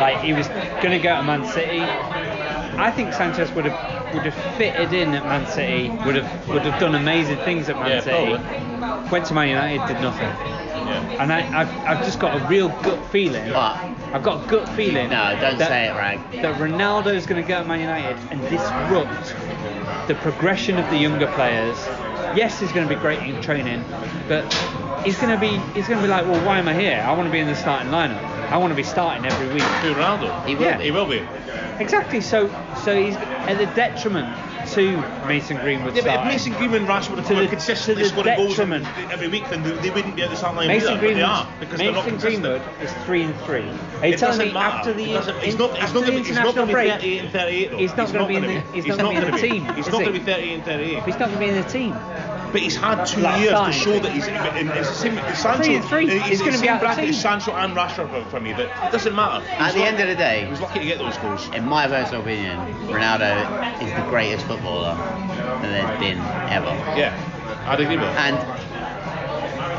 C: Like he was going to go to Man City. I think Sanchez would have would have fitted in at Man City. Would have would have done amazing things at Man
A: Yeah,
C: City. Went to Man United, did nothing.
A: Yeah.
C: And I, I've, I've just got a real gut feeling.
B: But
C: I've got a gut feeling.
B: no, don't
C: that,
B: say it, Rag.
C: That Ronaldo is going to go at Man United and disrupt the progression of the younger players. Yes, he's going to be great in training, but he's going to be he's going to be like, well, why am I here? I want to be in the starting lineup. I want to be starting every week.
A: Who Ronaldo?
B: He
A: He
B: will
C: Yeah.
A: will,
B: be.
A: be.
C: Exactly. So so he's at the detriment to Mason Greenwood.
A: Yeah, but if
C: starting.
A: Mason Greenwood and
C: To
A: Rashford have been
C: the-
A: consistently
C: to the
A: scoring goals
C: detriment.
A: every week, then they, they wouldn't be at the start line
C: Mason
A: either. but they
C: Greenwood,
A: are because they're not
C: Mason
A: consistent.
C: Greenwood is three and three. Are you
A: It
C: telling
A: doesn't
C: me
A: matter.
C: after the,
A: It doesn't- he's
C: in-
A: not- he's
C: after
A: not
C: the
A: gonna be- he's not
C: international
A: gonna be
C: break,
A: 38 and 38 though.
C: He's not going
A: He's
C: to
A: not
C: be in the
A: gonna be.
C: he's
A: He's
C: not going
A: not
C: to be in the
A: gonna be.
C: team.
A: He's
C: is
A: not
C: he?
A: gonna be 38 and 38.
C: He's not going to be in the team.
A: But he's had two
C: Like
A: years
C: starting.
A: to show that he's. And it's the same. It's Sancho.
C: Three and three.
A: It's,
C: He's
A: the
C: gonna be
A: same
C: out of the
A: bracket as
C: team.
A: Sancho and Rashford for, for me. That it doesn't matter.
B: At the end of the
A: He
B: day,
A: was lucky to get those goals.
B: in my personal opinion, Ronaldo is the greatest footballer that there's been ever.
A: Yeah, I'd agree with. that.
B: And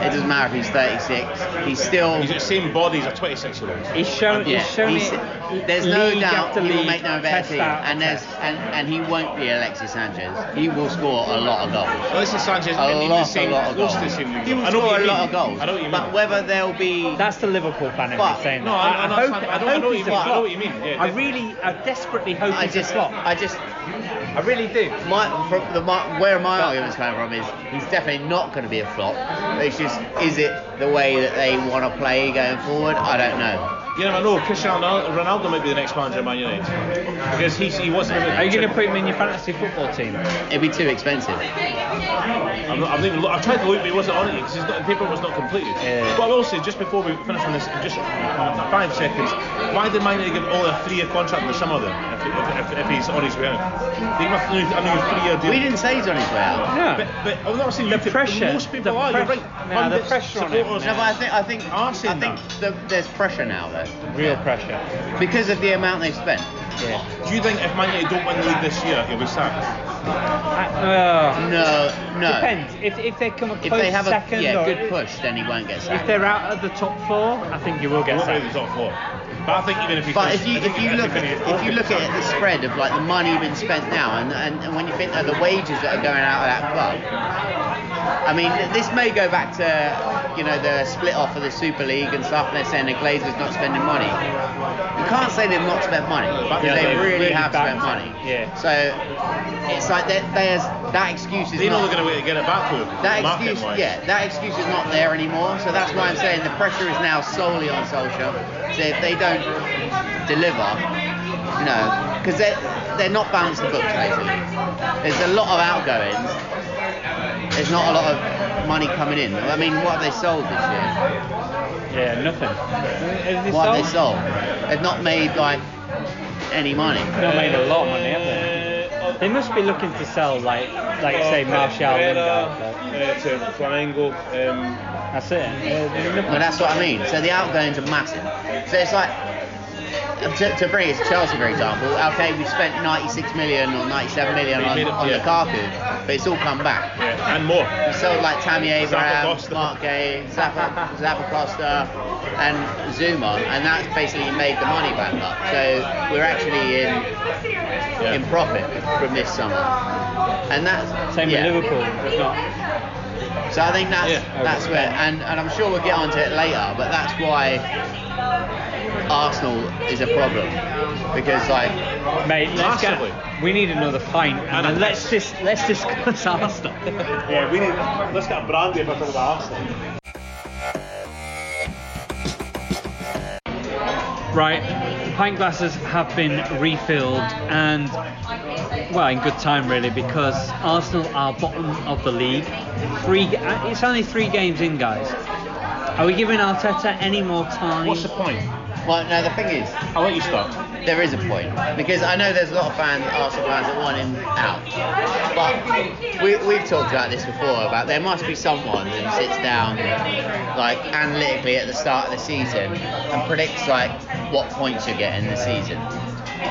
B: it doesn't matter if he's 36. He's still.
A: He's the same body as a 26 year old.
C: He's shown.
B: Yeah,
C: he's shown
B: he's-
C: it.
B: there's no
C: league
B: doubt
C: after
B: he will
C: league,
B: make no better
C: test
B: team,
C: after
B: and there's
C: test.
B: and, and he won't be Alexis Sanchez. He will score a lot of goals.
A: Listen, Sanchez,
B: A
A: I mean,
B: lot,
A: the same,
B: a lot of
A: close to the
B: goals.
A: same league.
B: He will
A: I know
B: score
A: what
B: a
A: you
B: lot
A: mean.
B: of goals.
A: I know what you mean.
B: But whether there'll be
C: That's the Liverpool fan in
B: But-
C: me saying
A: No,
C: that.
A: I- I know-
C: hope,
A: I know- I
C: hope
A: know what
C: he's
A: you
C: a
A: mean. I know
C: flop.
A: what you mean, yeah,
C: I
A: definitely.
C: really, I desperately hope
B: I
C: he's a
B: just
C: flop.
B: I just
C: I really do.
B: my from the my, where my argument's coming from is he's definitely not going to be a flop. It's just is it the way that they want to play going forward? I don't know.
A: You never know. Cristiano Ronaldo might be the next manager of Man United because he's, he wasn't.
C: Are you going to put him in your fantasy football team?
B: It'd be too expensive.
A: I'm not, I've, even, looked- I've tried to look, but he wasn't on it because the paper was not completed.
C: Yeah.
A: But I will say, just before we finish on this, just uh, five seconds. Why did Man United give all a three-year contract in the summer then? If, if, if, if he's on his way out, they give him a three- a new three-year deal.
B: We didn't say he's on his way out.
C: No.
A: But, but I'm not saying
C: The
A: that
C: pressure-
A: Most people
C: the
A: are. You're
C: press-
A: right.
C: nah, the
A: Pundits,
C: pressure on him
A: supporters.
B: No, but I think I think
A: I've seen
B: I think the, there's pressure now though
C: Real pressure.
B: because of the amount they've spent.
C: Yeah.
B: uh,
A: Do you think if Man United don't win the league this year, he'll be sacked?
C: I- oh.
B: No, no.
C: Depends. If, if they come a
B: If
C: close
B: they have
C: second
B: a yeah,
C: or
B: good push, then he won't get
C: if
B: sacked.
C: they're out of the top four, I think you will
A: He
C: get
A: won't be in
C: sacked.
A: the top four. But I think even if he
B: But
A: finished-
B: if you
A: I think
B: if you look
A: finished
B: if you look at the spread of like the money being spent now, and, and, and when you think of the wages that are going out of that club, I mean this may go back to you know the split off of the Super League and stuff, and they're saying the Glazers not spending money. You can't say they've not spent money because
C: Yeah,
B: they
C: they've really
B: really, have
C: backed-
B: spent money.
C: yeah.
B: So it's like there- there's that excuse is
A: you know
B: not.
A: they're going to wait to get it back to him.
B: That excuse,
A: market wise.
B: yeah, that excuse is not there anymore. So that's why I'm saying the pressure is now solely on Solskjaer. So if they don't deliver, you know, because they're, they're not balanced the books lately. There's a lot of outgoings. There's not a lot of money coming in. I mean, what have they sold this year?
C: Yeah, nothing. Have they
B: What have they
C: sold?
B: sold? They've not made like any money.
C: Not made a lot of money, have they? They must be looking to sell like like say Martial, Lingard. like,
A: uh, to Triangle. Um,
C: That's it. Yeah, there's nothing.
B: Well, that's what I mean. So the outgoings are massive. So it's like, to, to bring it to Chelsea, for example, okay, we spent 96 million or 97 million
A: We
B: on,
A: made it-
B: on
A: yeah.
B: Lukaku, but it's all come back.
A: yeah, and more.
B: We sold like Tammy Abraham,
A: Zappa-Costa.
B: Mark Gay, Zappa, Zappa Costa, and Zuma, and that's basically made the money back up. So we're actually in,
A: Yeah.
B: in profit from this summer. And that's
C: Same
B: yeah.
C: with Liverpool. They've not.
B: So I think that's
A: Yeah.
B: that's where, and, and I'm sure we'll get onto it later, but that's why Arsenal is a problem because like
C: Mate, let's get,
A: Massively.
C: we need another pint, and,
A: And a
C: then let's dis- let's discuss Arsenal.
A: Yeah, we need. Let's get a brandy if I talk about Arsenal.
C: right, pint glasses have been refilled, and well, in good time really, because Arsenal are bottom of the league. Three, uh, it's only three games in, guys. Are we giving Arteta any more time?
A: What's the point?
B: well no the thing is
A: I'll let you start.
B: there is a point because I know there's a lot of fans Arsenal fans that want him out, but we we've talked about this before about there must be someone that sits down like analytically at the start of the season and predicts like what points you get in the season.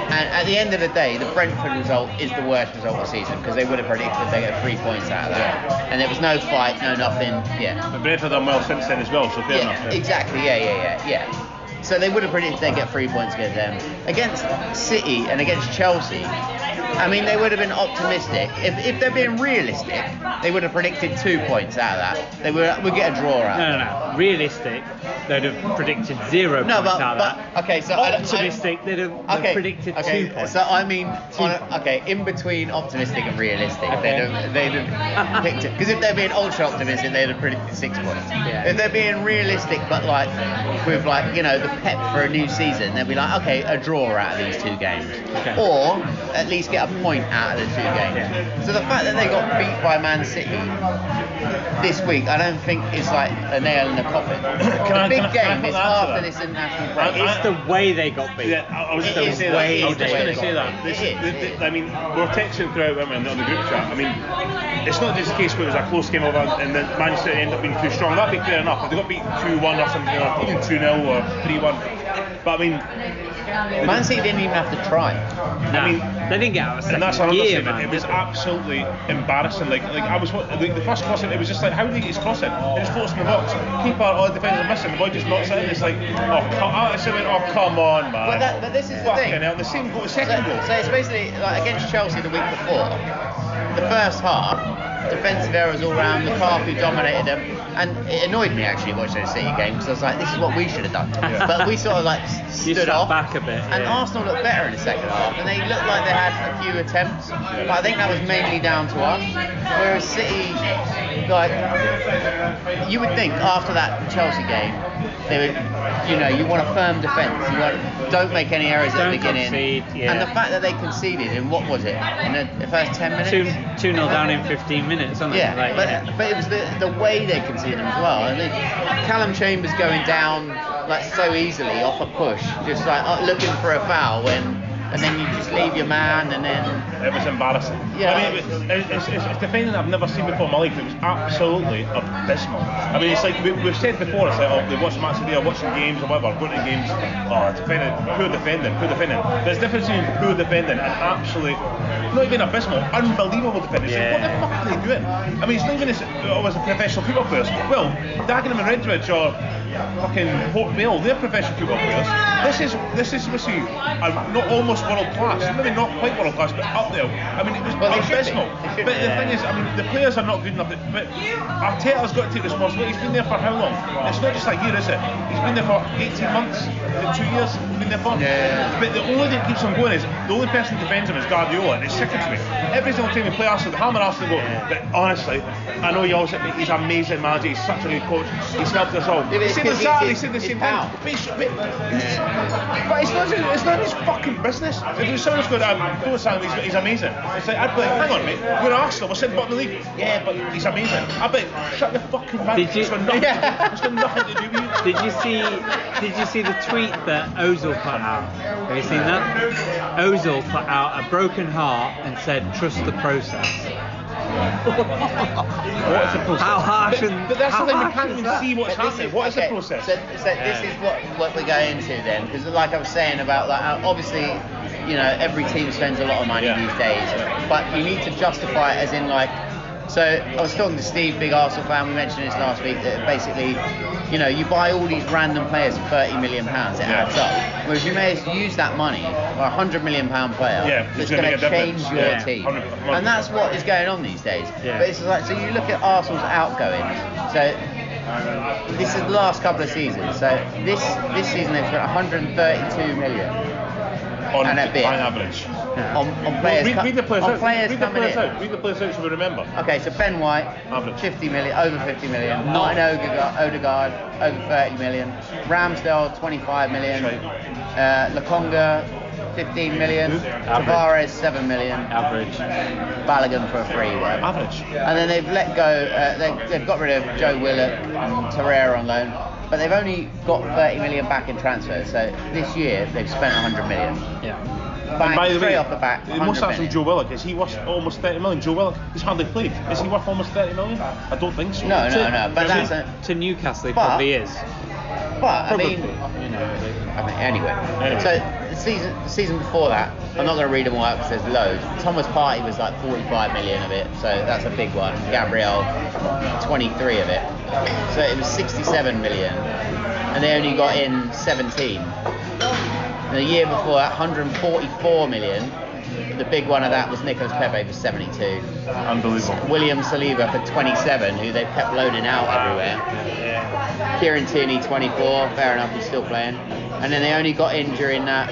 B: And at the end of the day, the Brentford result is the worst result of the season because they would have predicted they get three points out of that. And there was no fight, no nothing. Yeah.
A: But Brentford done well since then as well, so fair
B: yeah
A: enough.
B: exactly. Yeah, yeah, yeah, yeah. So they would have predicted they get three points against them. Against City and against Chelsea, I mean, they would have been optimistic. If, if they're being realistic, they would have predicted two points out of that. They would, would get a draw out.
C: No, no, no. Realistic, they'd have predicted zero
B: No,
C: points
B: but,
C: out of that.
B: but okay, so I don't- I-
C: Optimistic, they'd have, they've predicted
B: okay,
C: two points.
B: So I mean, on a, okay, in between optimistic and realistic,
C: Okay.
B: they'd have, they'd have picked it. Because if they're being ultra optimistic, they'd have predicted six points.
C: Yeah.
B: If they're being realistic, but like with like you know the pep for a new season, they'd be like, okay, a draw out of these two games,
C: Okay.
B: or at least get a point out of the two games. So the fact that they got beat by Man City this week, I don't think is like a nail in the coffin.
A: Can
B: the
A: I-
B: big
A: can I- can I
B: game is
A: add to
B: after
A: that?
B: this international
A: I-
B: break.
C: it's the way they got beat.
A: Yeah, I I was just,
B: It is
A: I
B: the
A: was
B: way-
A: just going
B: way
A: to say that.
B: they
A: This,
B: got beat.
A: the- the- I mean, we're texting throughout women on the group chat. I mean, it's not just a case where it was a close game over and then Manchester ended up being too strong. That'd be fair enough. If they got beat 2 1 or something, or even 2 0 or 3 1. But I mean,
B: Man City didn't even have to try.
C: No,
A: I mean,
C: they didn't get out of
A: and
C: second
A: that's another
C: gear,
A: thing.
C: man.
A: It was absolutely embarrassing. Like, like I was like, the first crossing. It was just like, how did he get his crossing? It was forced in the box. Keeper, all the defenders are missing. The boy just knocks it in. It's like, oh, come, I just went, oh, come on, man.
B: But, that, but this is the
A: Fucking
B: thing.
A: hell, the same goal, the second
B: So,
A: goal.
B: so it's basically like against Chelsea the week before, the first half, defensive errors all round, Lukaku dominated them, and it annoyed me actually watching the City game because I was like, this is what we should have done.
C: Yeah.
B: But we sort of like s-
C: You
B: stood
C: sat
B: off.
C: back a bit.
B: And
C: yeah.
B: Arsenal looked better in the second half, and they looked like they had a few attempts, but I think that was mainly down to us. Whereas City, like, you would think after that Chelsea game, they would, you know, you want a firm defence. You want, don't make any errors at
C: Don't
B: the beginning.
C: concede, yeah.
B: And the fact that they conceded in what was it in the, the first ten minutes?
C: two two nil down in 15 minutes, aren't they?
B: Yeah,
C: Like,
B: but, but it was the, the way they conceded as well. And it, Callum Chambers going down like so easily off a push, just like uh, looking for a foul when and then you just leave your man, and then
A: It was embarrassing.
B: Yeah.
A: I mean, it was, it's, it's, it's defending I've never seen before in my life. It was absolutely abysmal. I mean, it's like we, we've said before. It's like oh, they watch matches today, or watching games, or whatever, going to games. Oh, defending, poor defending, poor defending. There's a difference between poor defending and absolute, not even abysmal, unbelievable defending. It's like, what the
C: Yeah.
A: fuck are they doing? I mean, it's not even as oh, as a professional football players. Well, Dagenham and Redbridge or fucking Port Vale, they're professional football players. This is this is we see uh, not almost world class, maybe not quite world class, but up there. I mean, it was
B: Well, they should
A: abysmal.
B: be. They should be,
A: But the
B: yeah.
A: thing is, I mean, the players are not good enough. But Arteta's got to take responsibility. He's been there for how long? It's not just a year, is it? He's been there for 18 months, the two years. He's been there for.
B: Yeah.
A: But the only thing that keeps on going is the only person who defends him is Guardiola, and it sickens me. Every single time we play Arsenal, the hammer Arsenal go. But honestly, I know you always say he's an amazing manager. He's such a good coach. He's helped us all.
B: Yeah, but
A: He
B: it's
A: said the
B: 'cause he's
A: Saturday, he
B: his-
A: said
B: his
A: the same
B: pal.
A: thing. But, it's, but, it's, but it's, not, his- it's not his fucking business. If it sounds good, um, don't sound he's, he's amazing. It's like, I'd be like, hang on, mate, we're Arsenal, we're sitting bottom of the league. Yeah, but he's amazing. I'd be like, shut the fucking mouth.
C: Did you-
A: It's got nothing, it's got nothing to do with you.
C: Did you see? Did you see the tweet that Ozil put out? Have you seen that? Ozil put out a broken heart and said, "Trust the process."
A: What's the process?
C: How harsh
A: But-
C: and
A: but that's
C: how
A: the thing, we
C: harsh
A: can't
C: is
A: even
C: that?
A: see what's
B: But this
A: happening.
B: is-
A: What is
B: okay,
A: the process?
B: So, so this is what, what we go into then, because like I was saying about like uh, obviously, you know, every team spends a lot of money
A: Yeah.
B: these days, but you need to justify it as in like. So I was talking to Steve, big Arsenal fan. We mentioned this last week that basically, you know, you buy all these random players for 30 million pounds. It
A: Yeah.
B: adds up. Whereas you may as well use that money for a 100 million pound player
A: Yeah,
B: that's
A: it's
B: going
A: gonna
B: to
A: make a
B: change
A: difference.
B: your
A: Yeah,
B: team,
A: 100
B: and that's what is going on these days.
C: Yeah.
B: But it's like so you look at Arsenal's outgoing. So this is the last couple of seasons. So this this season they've spent 132 million
A: on,
B: and a bit.
A: on average.
B: on, on players.
A: read,
B: co-
A: read the players
B: on
A: out.
B: players
A: read the
B: coming
A: players
B: in.
A: out. Read the players out so we remember.
B: Okay, so Ben White,
A: Average.
B: 50 million, over 50 million.
C: No.
B: Martin Odegaard, Odegaard, over 30 million. Ramsdale, 25 million.
A: Right.
B: Uh, Laconga, 15 million.
C: Average.
B: Tavares, 7 million.
C: Average.
B: Balogun for a free. whatever.
A: Average.
B: And then they've let go, uh, they, they've got rid of Joe Willock and Torreira on loan, but they've only got 30 million back in transfers. So this year they've spent 100 million.
C: Yeah.
B: Bang,
A: By the
B: straight
A: way,
B: off the bat.
A: it must
B: 100
A: actually
B: million.
A: Joe Willock. Is he worth almost 30 million? Joe Willock, he's hardly played. Is he worth almost 30 million? I don't think so.
B: No, no,
C: So-
B: no. But
C: to,
B: that's a,
C: to Newcastle, he
B: But-
C: probably is.
B: but I
C: Probably,
B: mean,
C: you know. they-
B: I mean anyway.
A: Anyway.
B: So the season the season before that, I'm not going to read them all out because there's loads. Thomas Party was like 45 million of it, so that's a big one. Gabriel, 23 of it, so it was 67 million, and they only got in 17. And the year before that, 144 million. The big one of that was Nicolas Pepe for 72.
A: Unbelievable.
B: William Saliba for 27, who they've kept loading out everywhere. Kieran Tierney 24, fair enough, he's still playing. And then they only got in during that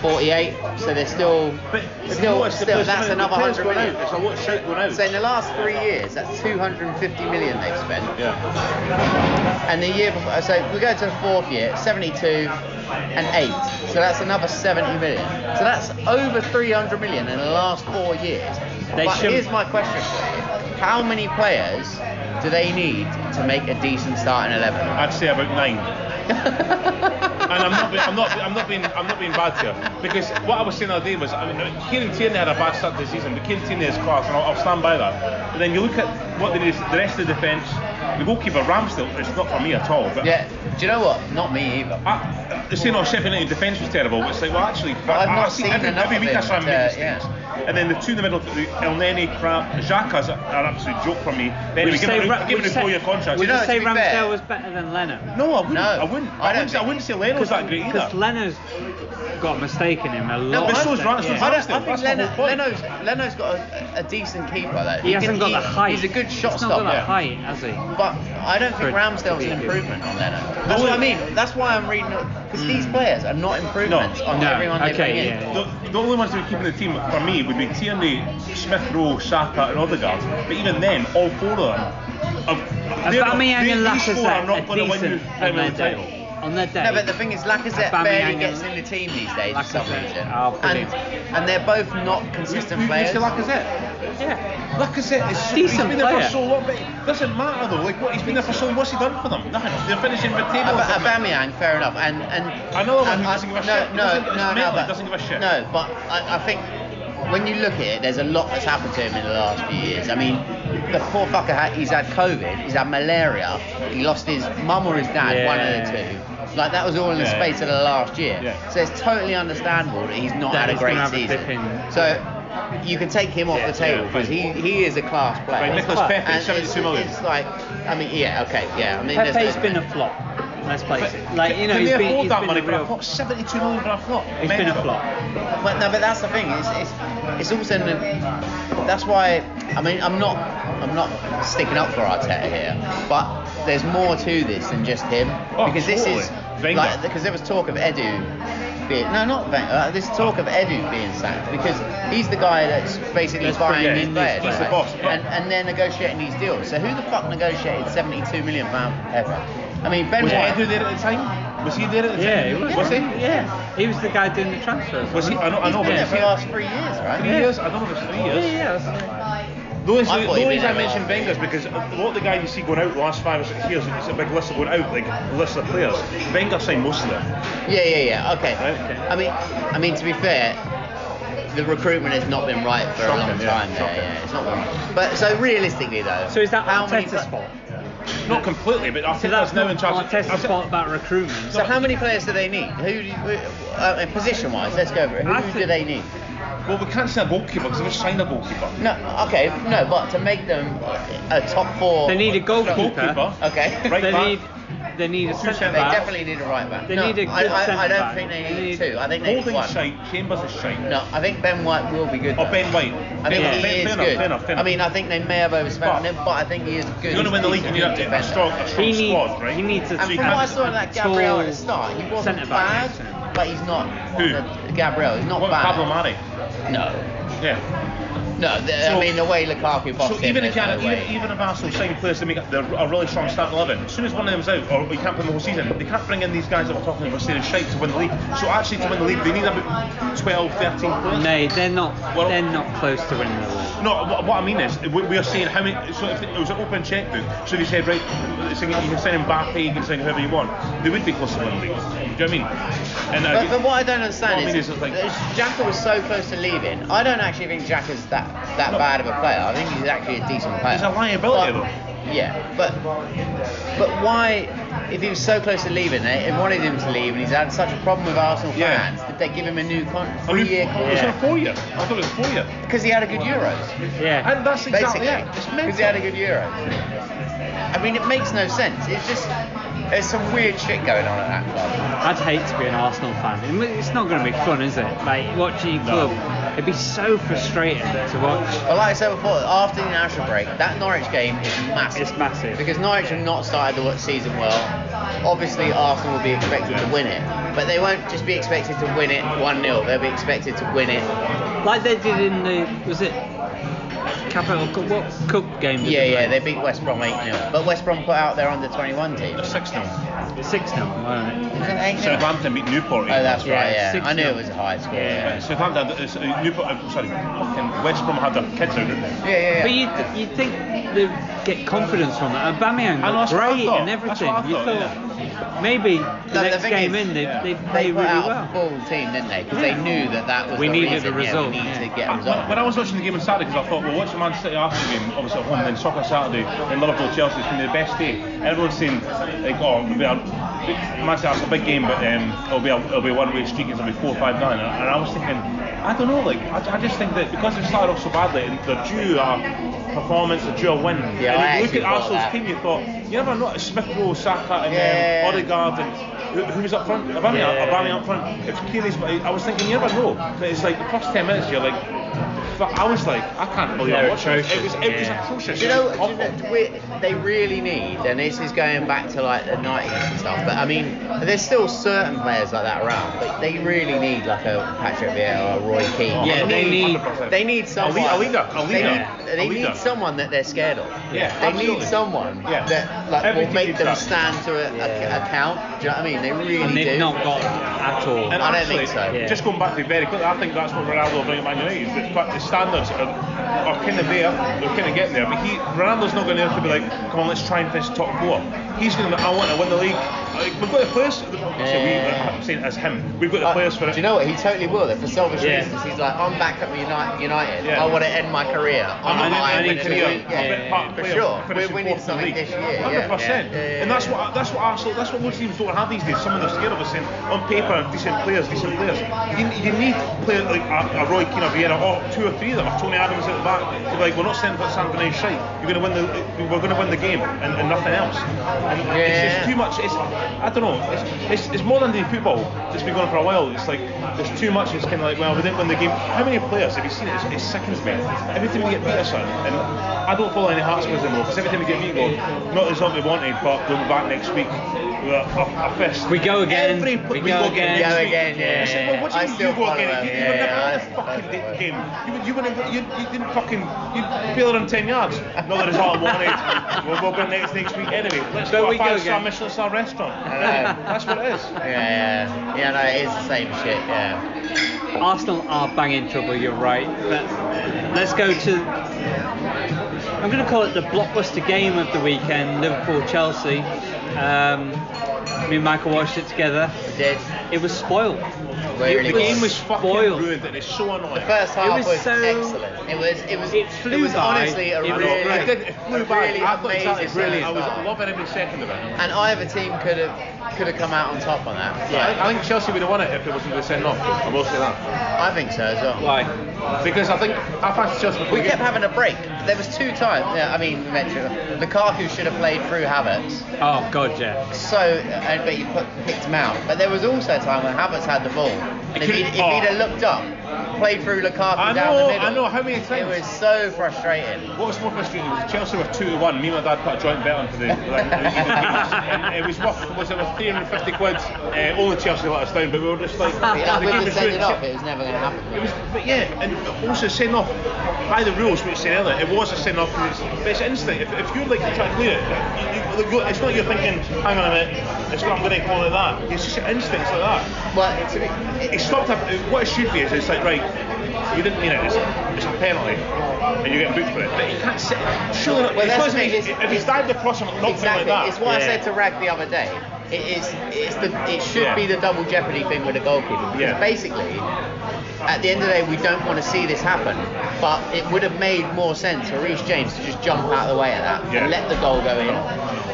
B: 48, so they're still
A: But if you
B: still,
A: watch the
B: still
A: players
B: that's
A: coming in,
B: another
A: the players
B: 100
A: going
B: million.
A: out. It's a lot of shit going out.
B: So in the last three years, that's 250 million they've spent.
A: yeah.
B: And the year before, so we go to the fourth year, 72 and 8. So that's another 70 million. So that's over 300 million in the last four years.
C: They
B: but
C: should-
B: here's my question for you. How many players do they need to make a decent starting 11?
A: I'd say about nine. and I'm not, being, I'm not, I'm not being, I'm not being bad here because what I was saying the other day was, I mean, Kieran Tierney had a bad start to the season, but Kieran Tierney is class, and I'll, I'll stand by that. But then you look at what they did, the rest of the defence, the goalkeeper Ramsdale, it's not for me at all. But
B: Yeah, do you know what? Not me either.
A: I, they're saying, oh, Sheffield United defence was terrible. It's like, well, actually,
B: Well, I've
A: I,
B: not
A: I see
B: seen
A: every,
B: enough
A: every
B: of uh,
A: week
B: him
A: I try and
B: to-
A: make mistakes. And then the two in the middle, the El Neni crap, Xhaka's are an absolute joke for me. But
C: Would
A: anyway,
C: you
A: give
C: say
A: him
C: Ra-
A: a- give him
C: would
A: a
C: you say-
A: four-year contract.
C: Would
B: No,
C: you
B: to
C: say
B: be fair-
C: Ramsdale was better than Leno?
A: No, I wouldn't.
B: No, I
A: I wouldn't. I,
B: don't
A: wouldn't, say- I
B: think-
A: wouldn't say Leno's that great either.
C: Because Leno's got a mistake in him a lot.
A: but so's
C: I
A: Ramsdale.
C: think, yeah.
B: I, don't, I
A: Ramsdale,
B: think
A: that's my
B: Leno,
A: whole point.
B: Leno's, Leno's got a, a decent keeper though.
C: He, hasn't got
B: can-
C: the height.
B: He's a good shot
C: He's
B: stopper.
C: not got the height, has he?
B: But I don't think
C: For-
B: Ramsdale's
C: for
B: an
C: you.
B: improvement on Leno. That's what
A: No,
B: I
A: it-
B: mean. That's why I'm reading because these players are not improvements on
C: Hmm. No,
B: everyone they
C: okay,
B: bring in.
C: yeah.
A: The, the only ones that would keep in the team for me would be Tierney, Smith Rowe, Saka, and Odegaard. But even then, all four of them. Have, they're not-
C: Aubameyang
A: they-
C: and
A: these
C: Lacazette
A: four are not
C: are
A: going to win you
C: decent
A: Premier League
C: and they're
A: title.
C: on their day.
B: No, but the thing is, Lacazette
C: Aubameyang
B: barely
C: and-
B: gets in the team these days for some
C: Lacazette
B: reason.
C: are
B: and,
C: brilliant.
B: and they're both not consistent players.
A: Mr. Lacazette.
C: yeah.
A: Lacazette is so,
C: Decent
A: He's been there
C: player.
A: for so long, but it doesn't matter though. Like, what he's been there for so long. What's he done for them? Nothing. They're finishing mid table.
B: Ab- Aubameyang, fair enough, and and
A: Another one
B: and
A: who
B: I-
A: doesn't give
B: no,
A: a shit. He
B: No,
A: doesn't-
B: no,
A: it's
B: no,
A: mental,
B: but,
A: he doesn't give a shit.
B: No, but I, I think when you look at it, there's a lot that's happened to him in the last few years. I mean, the poor fucker had, he's had COVID, he's had malaria, he lost his mum or his dad, one of
C: Yeah.
B: the two. Like that was all in the
A: Yeah.
B: space of the last year.
A: Yeah.
B: So it's totally understandable that he's not
C: That
B: had a
C: he's
B: great
C: gonna have a
B: season.
C: flipping-
B: so. You can take him off
C: Yeah,
B: the table
A: yeah,
B: because he, he is a class player.
A: Right, Nicolas
C: But-
A: Pepe,
B: And
A: 72
B: it's,
A: million.
B: it's like, I mean, yeah, okay, yeah. I mean, there's
C: Pepe's
B: no-
C: been a flop. Let's place it.
A: But
C: Like you know,
A: can
C: he's
A: they
C: been,
A: afford
C: he's
A: that
C: been
A: money
C: a
A: for a
C: real.
A: flop? 72 million for a flop.
C: He's been a
A: Mental.
C: flop.
B: But no, but that's the thing. It's, it's, it's also an, that's why. I mean, I'm not I'm not sticking up for Arteta here, but there's more to this than just him
A: Oh,
B: because this is
A: totally. Wenger.
B: like because there was talk of Edu. Being, no, not Wenger. Uh, this talk of Edu being sacked because he's the guy that's basically
C: That's
B: buying
A: pretty-
B: these
A: yeah,
B: players,
A: he's the
B: right?
A: boss, yeah.
B: and, and they're negotiating these deals. So who the fuck negotiated 72 million pound for Pepe? I mean, Ben
A: Was
B: White.
A: Edu there at the time? Was he there at the
C: Yeah, he
A: time?
C: was.
A: Was he?
C: Yeah, he was the guy doing the transfers.
A: Was he? I know. I
B: He's
A: know.
B: been there
A: but
B: for the last three years, right?
A: Three years? I don't know if it's three
C: Yeah,
A: years.
C: yeah. That's,
A: The only
B: I
A: the
B: thought he'd
A: only
B: been
A: reason I
B: there
A: mentioned
B: longer.
A: Wenger's because a lot of the guys you see going out the last five or six years, it's a big list of going out, like list of players. Wenger signed most of them.
B: Yeah, yeah, yeah. Okay.
A: Right, okay.
B: I mean, I mean to be fair, the recruitment has not been right for
A: Shocking,
B: a long
A: yeah,
B: time. there,
A: shocking.
B: yeah, it's not been right. But so realistically though.
C: so is that
B: how many
C: Arteta's
B: pla-
C: fault?
A: Not completely, but I
C: So
A: think
C: that's
A: that's now
C: not
A: in charge.
C: Arteta's
A: I've-
C: fault about recruitment.
B: So how many players do they need? Who, do you- who uh, position wise? Let's go over it. Who
C: I
B: do
C: think-
B: they need?
A: Well, we can't sign a goalkeeper because we've signed a goalkeeper.
B: No, okay, no, but to make them a top four.
C: They need a
A: Goalkeeper.
C: goalkeeper.
B: Okay.
A: Right
C: they
A: back.
C: need they need a centre
A: centre
B: They
A: backs.
C: back.
B: definitely need a right back.
C: They
B: no,
C: need a
B: I,
C: good
B: I, I
C: centre
B: don't
C: back.
B: think they
C: They
B: need
C: need-
B: two. I think they need
A: Holding
B: one.
A: shite, Chambers is shite.
B: No, I think Ben White will be good.
A: Or
C: Oh,
B: though.
A: Ben White.
B: I think
A: Ben,
B: he is
A: Ben, fair enough,
B: good.
A: fair enough, fair
B: I
A: enough.
B: mean, I think they may have overspent on him, but I think he is good.
A: You're going to win the league, you need a, a strong, a strong
C: He needs-
A: squad, right?
C: he needs a-
B: And
A: So
B: from
A: you
B: what I
A: can't-
B: saw of that Gabriel at the
C: Tall
B: start, he wasn't
C: centre-back.
B: bad, but he's not.
A: Who?
B: the- Gabriel, he's not
A: What,
B: bad.
A: Pablo Mari.
B: No,
A: Yeah.
B: no. The,
A: So-
B: I mean, the way Lukaku boxed
A: So
B: him,
A: even if
B: there's
A: you
B: no
A: had-
B: way.
A: even, even if Arsenal sign players to make up the, a really strong starting eleven, as soon as one of them's out, or you can't play the whole season, they can't bring in these guys that we're talking about staying shite to win the league. So actually, to win the league, they need about 12, 13 players.
C: No, they're not.
A: Well-
C: they're not close to winning the league.
A: No, what, what I mean is, we, we are saying how many. So if it was an open checkbook, so they said, right, it's like you can sign Mbappe, you can sign whoever you want, they would be close to winning the league. Do you know what I mean? And
B: But, but
A: uh,
B: what I don't
A: What I
B: understand
A: mean
B: is,
A: is it's like-
B: that Xhaka was so close to leaving. I don't actually think Xhaka's that that bad of a player. I think he's actually a decent player.
A: He's a liability,
B: But-
A: though.
B: Yeah, but but why, if he was so close to leaving, they they wanted him to leave, and he's had such a problem with Arsenal
A: Yeah.
B: fans, did they give him a new con-
A: I mean,
B: three-year
A: It's
B: contract?
A: not four year. I thought it was four year.
B: Because he had a good Euros,
C: Yeah.
A: And that's exactly
B: basically.
A: it. It's mental.
B: Because he had a good Euros. I mean, it makes no sense. It's just there's some weird shit going on at that club.
C: I'd hate to be an Arsenal fan. It- It's not going to be fun, is it? Like watching your club, it'd be so frustrating to watch.
B: But like I said before, after the national break, that Norwich game is massive.
C: It's massive.
B: Because Norwich have not started the season well. Obviously, Arsenal will be expected to win it, but they won't just be expected to win it 1 0. They'll be expected to win it.
C: Like they did in the was it Capital Cup, what cup game? Did
B: Yeah,
C: they
B: yeah,
C: play?
B: they beat West Brom 8 0. But West Brom put out their under 21 team. Is
A: Six now.
C: six 0 weren't it?
B: it 8 0? Oh,
A: Southampton beat Newport.
B: that's
C: Yeah,
B: right, yeah.
C: six
B: I knew
C: nil.
B: it was a high score.
C: Yeah.
B: Yeah,
A: So if I'm done, it's, uh, Newport, uh, sorry, fucking West Brom had their kids out, didn't they?
B: yeah, yeah.
C: But
B: yeah.
C: you you think they get confidence from that? Aubameyang
A: I know,
C: looked
A: that's what I
C: great
A: thought.
C: and
A: That's
C: everything.
A: what I
C: you
A: thought,
C: thought maybe the
B: No, the
C: next
B: thing
C: game
B: is,
C: in they
A: yeah.
C: they
B: They
C: play really
B: put out
C: well.
B: a full team, didn't they? Because
C: Yeah.
B: they knew that that was
C: We
B: the
C: needed a
B: reason.
C: result,
B: Yeah, we need
C: yeah.
B: to get a
A: When,
B: result.
A: when I was watching the game on Saturday, because I thought, well, watch the Man City Arsenal game, obviously at home, and then soccer Saturday, and Liverpool Chelsea, it's going to be the best day. Everyone's saying, like, oh, it'll be a, Man City Arsenal, big game, but um, it'll be a, it'll be a one way streak, it's going to be 4 5 9. And, and I was thinking, I don't know, like, I, I just think that because they started off so badly, and they're due a performance, they're due a win.
B: Yeah,
A: and
B: I
A: you look
B: actually
A: at
B: thought
A: Arsenal's
B: that.
A: team, you thought, you never know, it's Smith Rowe, Saka, and
B: Yeah.
A: um, Odegaard, and. Who who was up front? Aubameyang,
C: Yeah.
A: Aubameyang up front. It was curious, but I was thinking, you never know. But it's like the first 10 minutes, you're like, but I was like, I can't believe I
C: They're
A: watched it. It
C: atrocious,
A: was, it was
C: yeah.
A: atrocious.
B: Do you know,
A: It was
B: do you
A: awful.
B: know we- they really need, and this is going back to like the 90s and stuff, but I mean, there's still certain players like that around, but they really need like a Patrick Vieira or a Roy Keane.
C: Yeah, they need-
A: 100%.
B: They need someone.
A: A leader. A leader.
B: They need, they
A: A leader.
B: need someone that they're scared of.
A: Yeah,
B: They
A: absolutely.
B: need someone
A: Yeah.
B: that like will
A: Everything
B: make
A: you've
B: them
A: done.
B: stand to a, a- account. Do you know what I mean? They really
C: and they've
B: do.
C: not got that at all.
A: And
B: I don't
A: actually,
B: think so.
C: Yeah.
A: just going back to it very quickly, I think that's what Ronaldo will bring at Man United. The, fact the standards are, are kind of there, they're kind of getting there. But he, Ronaldo's not going to have to be like, come on, let's try and finish top four. He's going to be, I want to win the league. Like, we've got the players. So we, I'm saying it as him. We've got the
B: Uh,
A: players for it.
B: Do you know what? He totally will. For selfish
C: Yeah.
B: reasons, he's like, I'm back at Uni- United.
A: Yeah.
B: I want to end my career. I'm
A: I
B: a
A: need- I
B: high
A: need to be
B: yeah,
A: a- a bit part
B: for
A: player
B: sure. We're
A: finishing
B: winning
A: fourth in the
B: something
A: league.
B: this year. yeah, yeah,
A: 100%.
B: yeah, yeah,
A: And that's
B: yeah.
A: what that's what Arsenal, that's what most teams don't have these days. Some of them scared of us saying "Oh, on paper decent players, decent players. You, you need players like a, a Roy Keane, a Vieira, or two or three of them, or Tony Adams at the back. To be like, we're not sending for San Bernard shite. You're going to win the we're going to win the game and, and nothing else. And it's
B: Yeah.
A: just too much. It's I don't know. It's, it's, it's more than the football that's been going for a while. It's like there's too much. It's kind of like well, we didn't win the game. How many players have you seen? It's, it sickens me. Every time we get beat, us on, and I don't follow any Hearts fans anymore because every time we get beat, we go not as not we wanted, but we'll be back next week. with a a- a fist.
C: We go again.
A: Every
C: We
A: pl-
C: go again.
B: Go
A: next week.
B: again, yeah,
A: I said, well, what do
B: yeah. I
A: you mean
B: still
A: you go again?
B: follow,
A: You, you
B: yeah,
A: were
B: yeah,
A: never in
B: I-
A: a fucking
B: I-
A: game. You, you, were never, you, you didn't fucking you failed on ten yards. Not the result I wanted. we'll go again next next week anyway. Let's
C: Go
A: go,
C: we
A: a
C: go
A: five star
C: again.
A: Michelin star restaurant.
B: I know.
A: That's what it is.
B: Yeah, yeah, yeah. No, it is the same shit. Yeah.
C: Arsenal are banging trouble, you're right. But let's go to. I'm going to call it the blockbuster game of the weekend Liverpool Chelsea. Um, me and Michael watched it together.
B: We did.
C: It was spoiled.
B: Really
A: The
B: was.
A: game was fucking
C: spoiled.
A: ruined and it's so annoying.
B: The first half
C: was
B: was,
C: so-
B: excellent. It was. It was.
C: It flew
B: was
C: by.
B: honestly a
C: It was
B: really,
C: great.
A: It did, it flew
B: a
A: by.
B: really
A: I thought
B: amazing.
A: exactly, brilliant. I
B: first
A: was
B: half.
A: loving every second of it.
B: And either team could have could have come out on top on that.
A: I, think- I think Chelsea would have won it if it wasn't the send off. I will say that.
B: I think so as well.
C: Why?
A: Because I think I fancied Chelsea before
B: We
A: the game.
B: kept having a break. There was two times. Yeah, I mean, mentioned Lukaku should have played through Havertz.
C: Oh, God, yeah.
B: So, and but you put, picked him out. But there was also a time when Havertz had the ball. And if
A: couldn't-
B: he'd, if
A: oh.
B: he'd have looked up, played through Lukaku
A: I
B: down
A: know,
B: the middle.
A: I know. How many
B: It
A: times?
B: was so frustrating.
A: What was more frustrating was Chelsea were 2 to 1. Me and my dad put a joint bet on for the. Like, the- and it was worth, was it worth 350 quid? Uh, only Chelsea let us down, but we were just like.
B: Yeah,
A: the
B: we
A: game
B: were
A: was
B: setting
A: ruined.
B: it up. It was never going to happen.
A: It was, but yeah, and also send off by the rules, which said earlier, it was a send off. It's, but it's instinct. If, if you're like trying to clear it, you, you, it's not you're thinking, hang on a minute, it's not I'm going to call it that. It's just instincts like that.
B: Well, to be,
A: It stopped. Up, what it should be is it's like right, you didn't mean it. It's, it's a penalty, and you're getting booked for it. But you can't sit. Surely not.
B: Well,
A: it's
B: that's the
A: not
B: thing,
A: if he's-
B: it's-
A: if he's dived across him, nothing
B: exactly.
A: like that.
B: It's what
C: Yeah.
B: I said to Rag the other day. It is. It's the. It should
A: Yeah.
B: be the double jeopardy thing with a goalkeeper. Because
A: Yeah.
B: Basically, at the end of the day, we don't want to see this happen. But it would have made more sense for Reece James to just jump out of the way at that
A: Yeah.
B: and let the goal go in.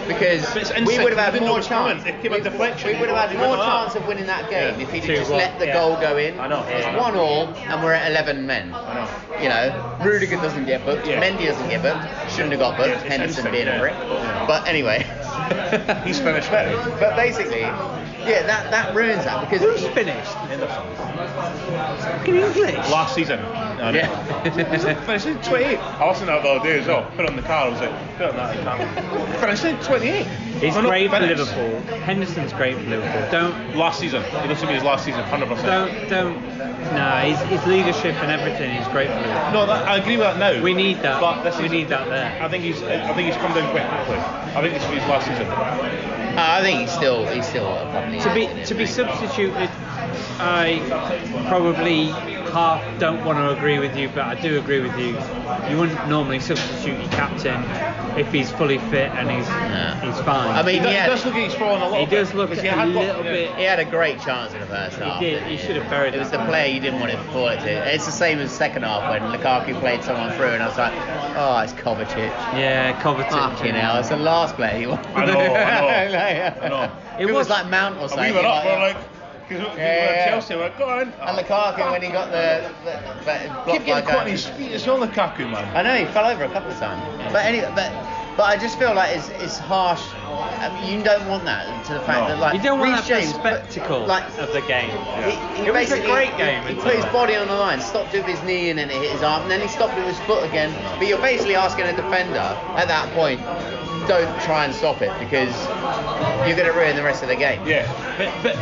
B: Because
A: But it's
B: we
A: instinct,
B: would have
A: they
B: had
A: didn't know
B: more
A: it was coming.
B: chance.
A: It came a
B: we,
A: deflection.
B: we would have had
A: It went
B: more
A: like that.
B: chance of winning that game
A: Yeah.
B: if he'd
C: Two
B: have just
C: one,
B: let the
C: yeah.
B: goal go in.
A: I know,
B: It's
A: I know.
B: one all, and we're at 11 men. I
A: know.
B: You know, Rudiger doesn't get booked.
A: Yeah.
B: Mendy doesn't get booked. Shouldn't have got booked.
A: Yeah, it's
B: Henderson
A: instinct,
B: being a
A: yeah.
B: brick.
A: Yeah.
B: But anyway,
A: he's finished. But,
B: but basically, yeah, that, that ruins that
C: Who's
B: because
C: finished? Fucking English.
A: last season. No, no.
C: Yeah.
A: Finished in 28. I listened to that the other day as well. Put it on the car. I was like, put it on that. I can't. Finished in 28.
C: He's
A: We're not
C: great for
A: finished.
C: Liverpool. Henderson's great for Liverpool. Don't
A: Last season. It looks to me as last season, 100%.
C: Don't, don't. Nah, his, his leadership and everything is great for Liverpool.
A: No, that, I agree with that now.
C: We need that.
A: But this
C: we
A: is-
C: need that there.
A: I think he's. I think he's come down quite quickly. I think this will be his last season.
B: uh, I think he's still he's still a probably
C: To be to be substituted, I probably half don't want to agree with you, but I do agree with you. You wouldn't normally substitute your captain if he's fully fit and he's
B: No.
C: he's fine.
B: I mean,
A: He, do-
B: he
A: he
B: had,
A: does look like he's fallen a little
C: he
A: bit.
C: does look a
A: because he had got-
C: little
A: yeah.
C: bit.
B: he had a great chance in the first half.
C: did.
B: didn't
C: He should have buried
B: It was
C: that.
B: the player you didn't want to fall it to. It's the same as second half when Lukaku played someone through, and I was like, oh, it's Kovacic.
C: Yeah, Kovacic.
B: Fucking hell, it's the last player you want.
A: Ah. I know, I know,
B: Like,
A: I know.
B: It
C: It
B: was
C: was-
B: like Mount or something.
A: we were
B: like-
A: up. We're like. Because we were
B: Yeah, yeah.
A: at Chelsea, we're like, go on.
B: And Lukaku when he got the, the, the blocked
A: Keep
B: by
A: getting caught on
B: Gomez.
A: his feet. It's not Lukaku, man.
B: I know he fell over a couple of times. But anyway, but but I just feel like it's it's harsh. I mean, you don't want that to the fact
A: No.
B: that like
C: You don't want
B: Reece
C: that
B: James, but,
C: spectacle
B: like
C: of the game.
B: he,
C: It was
B: he
C: a
B: basically-
C: great game
B: He, he
C: in
B: put his
C: some ways.
B: body on the line, stopped with his knee, and then it hit his arm, and then he stopped with his foot again. But you're basically asking a defender at that point, don't try and stop it because you're going to ruin the rest of the game.
A: Yeah, but but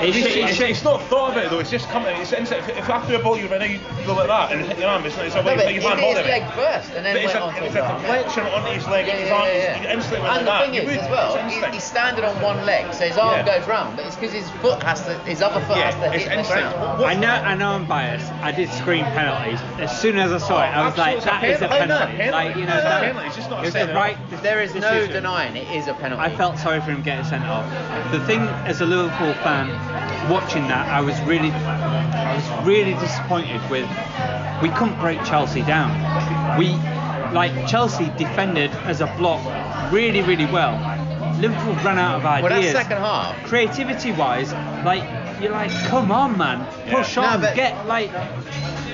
D: It's,
A: It's,
D: it's-
A: it's, it's not thought about it though. It's just coming. It's inside. If, if I threw a ball you right now, you go like that and hit your arm. It's not. It's a way.
B: No,
A: it's
B: but
A: like
B: he
A: your
B: did
A: man ball
B: his
A: there.
B: leg first and then
A: But it's
B: went
A: a,
B: on to
A: it's
B: the
A: a
B: arm.
A: deflection onto his leg,
B: Yeah,
A: his
B: yeah,
A: arm,
B: yeah, yeah.
A: you instantly went
B: and
A: like
B: the
A: that.
B: thing
A: You
B: is,
A: would,
B: as well,
A: it's
B: he,
A: instinct.
B: he's standing on one leg, so his arm
A: Yeah.
B: goes round, but it's because his foot has to, his other foot has to
A: yeah, it's
B: hit the
A: instinct.
B: ground.
A: What-
C: I know, I know I'm biased. I did scream penalties. As soon as I saw it, I was
A: absolutely,
C: like, "That is
A: it's a
C: a
A: penalty, no,
C: penalty."
A: penalty.
C: Like, you
A: No,
C: know,
A: it's a
C: that-
A: penalty, it's just not a
C: it was
A: send-off.
C: right.
B: There is no
C: decision.
B: denying it is a penalty.
C: I felt sorry for him getting sent off. The thing, as a Liverpool fan, watching that, I was really, I was really disappointed with. We couldn't break Chelsea down. We, like Chelsea, defended as a block really, really well. Liverpool ran out of ideas.
B: Well, that second half-
C: Creativity-wise, like you're like, come on, man, push
B: Yeah. No,
C: on,
B: but-
C: get like.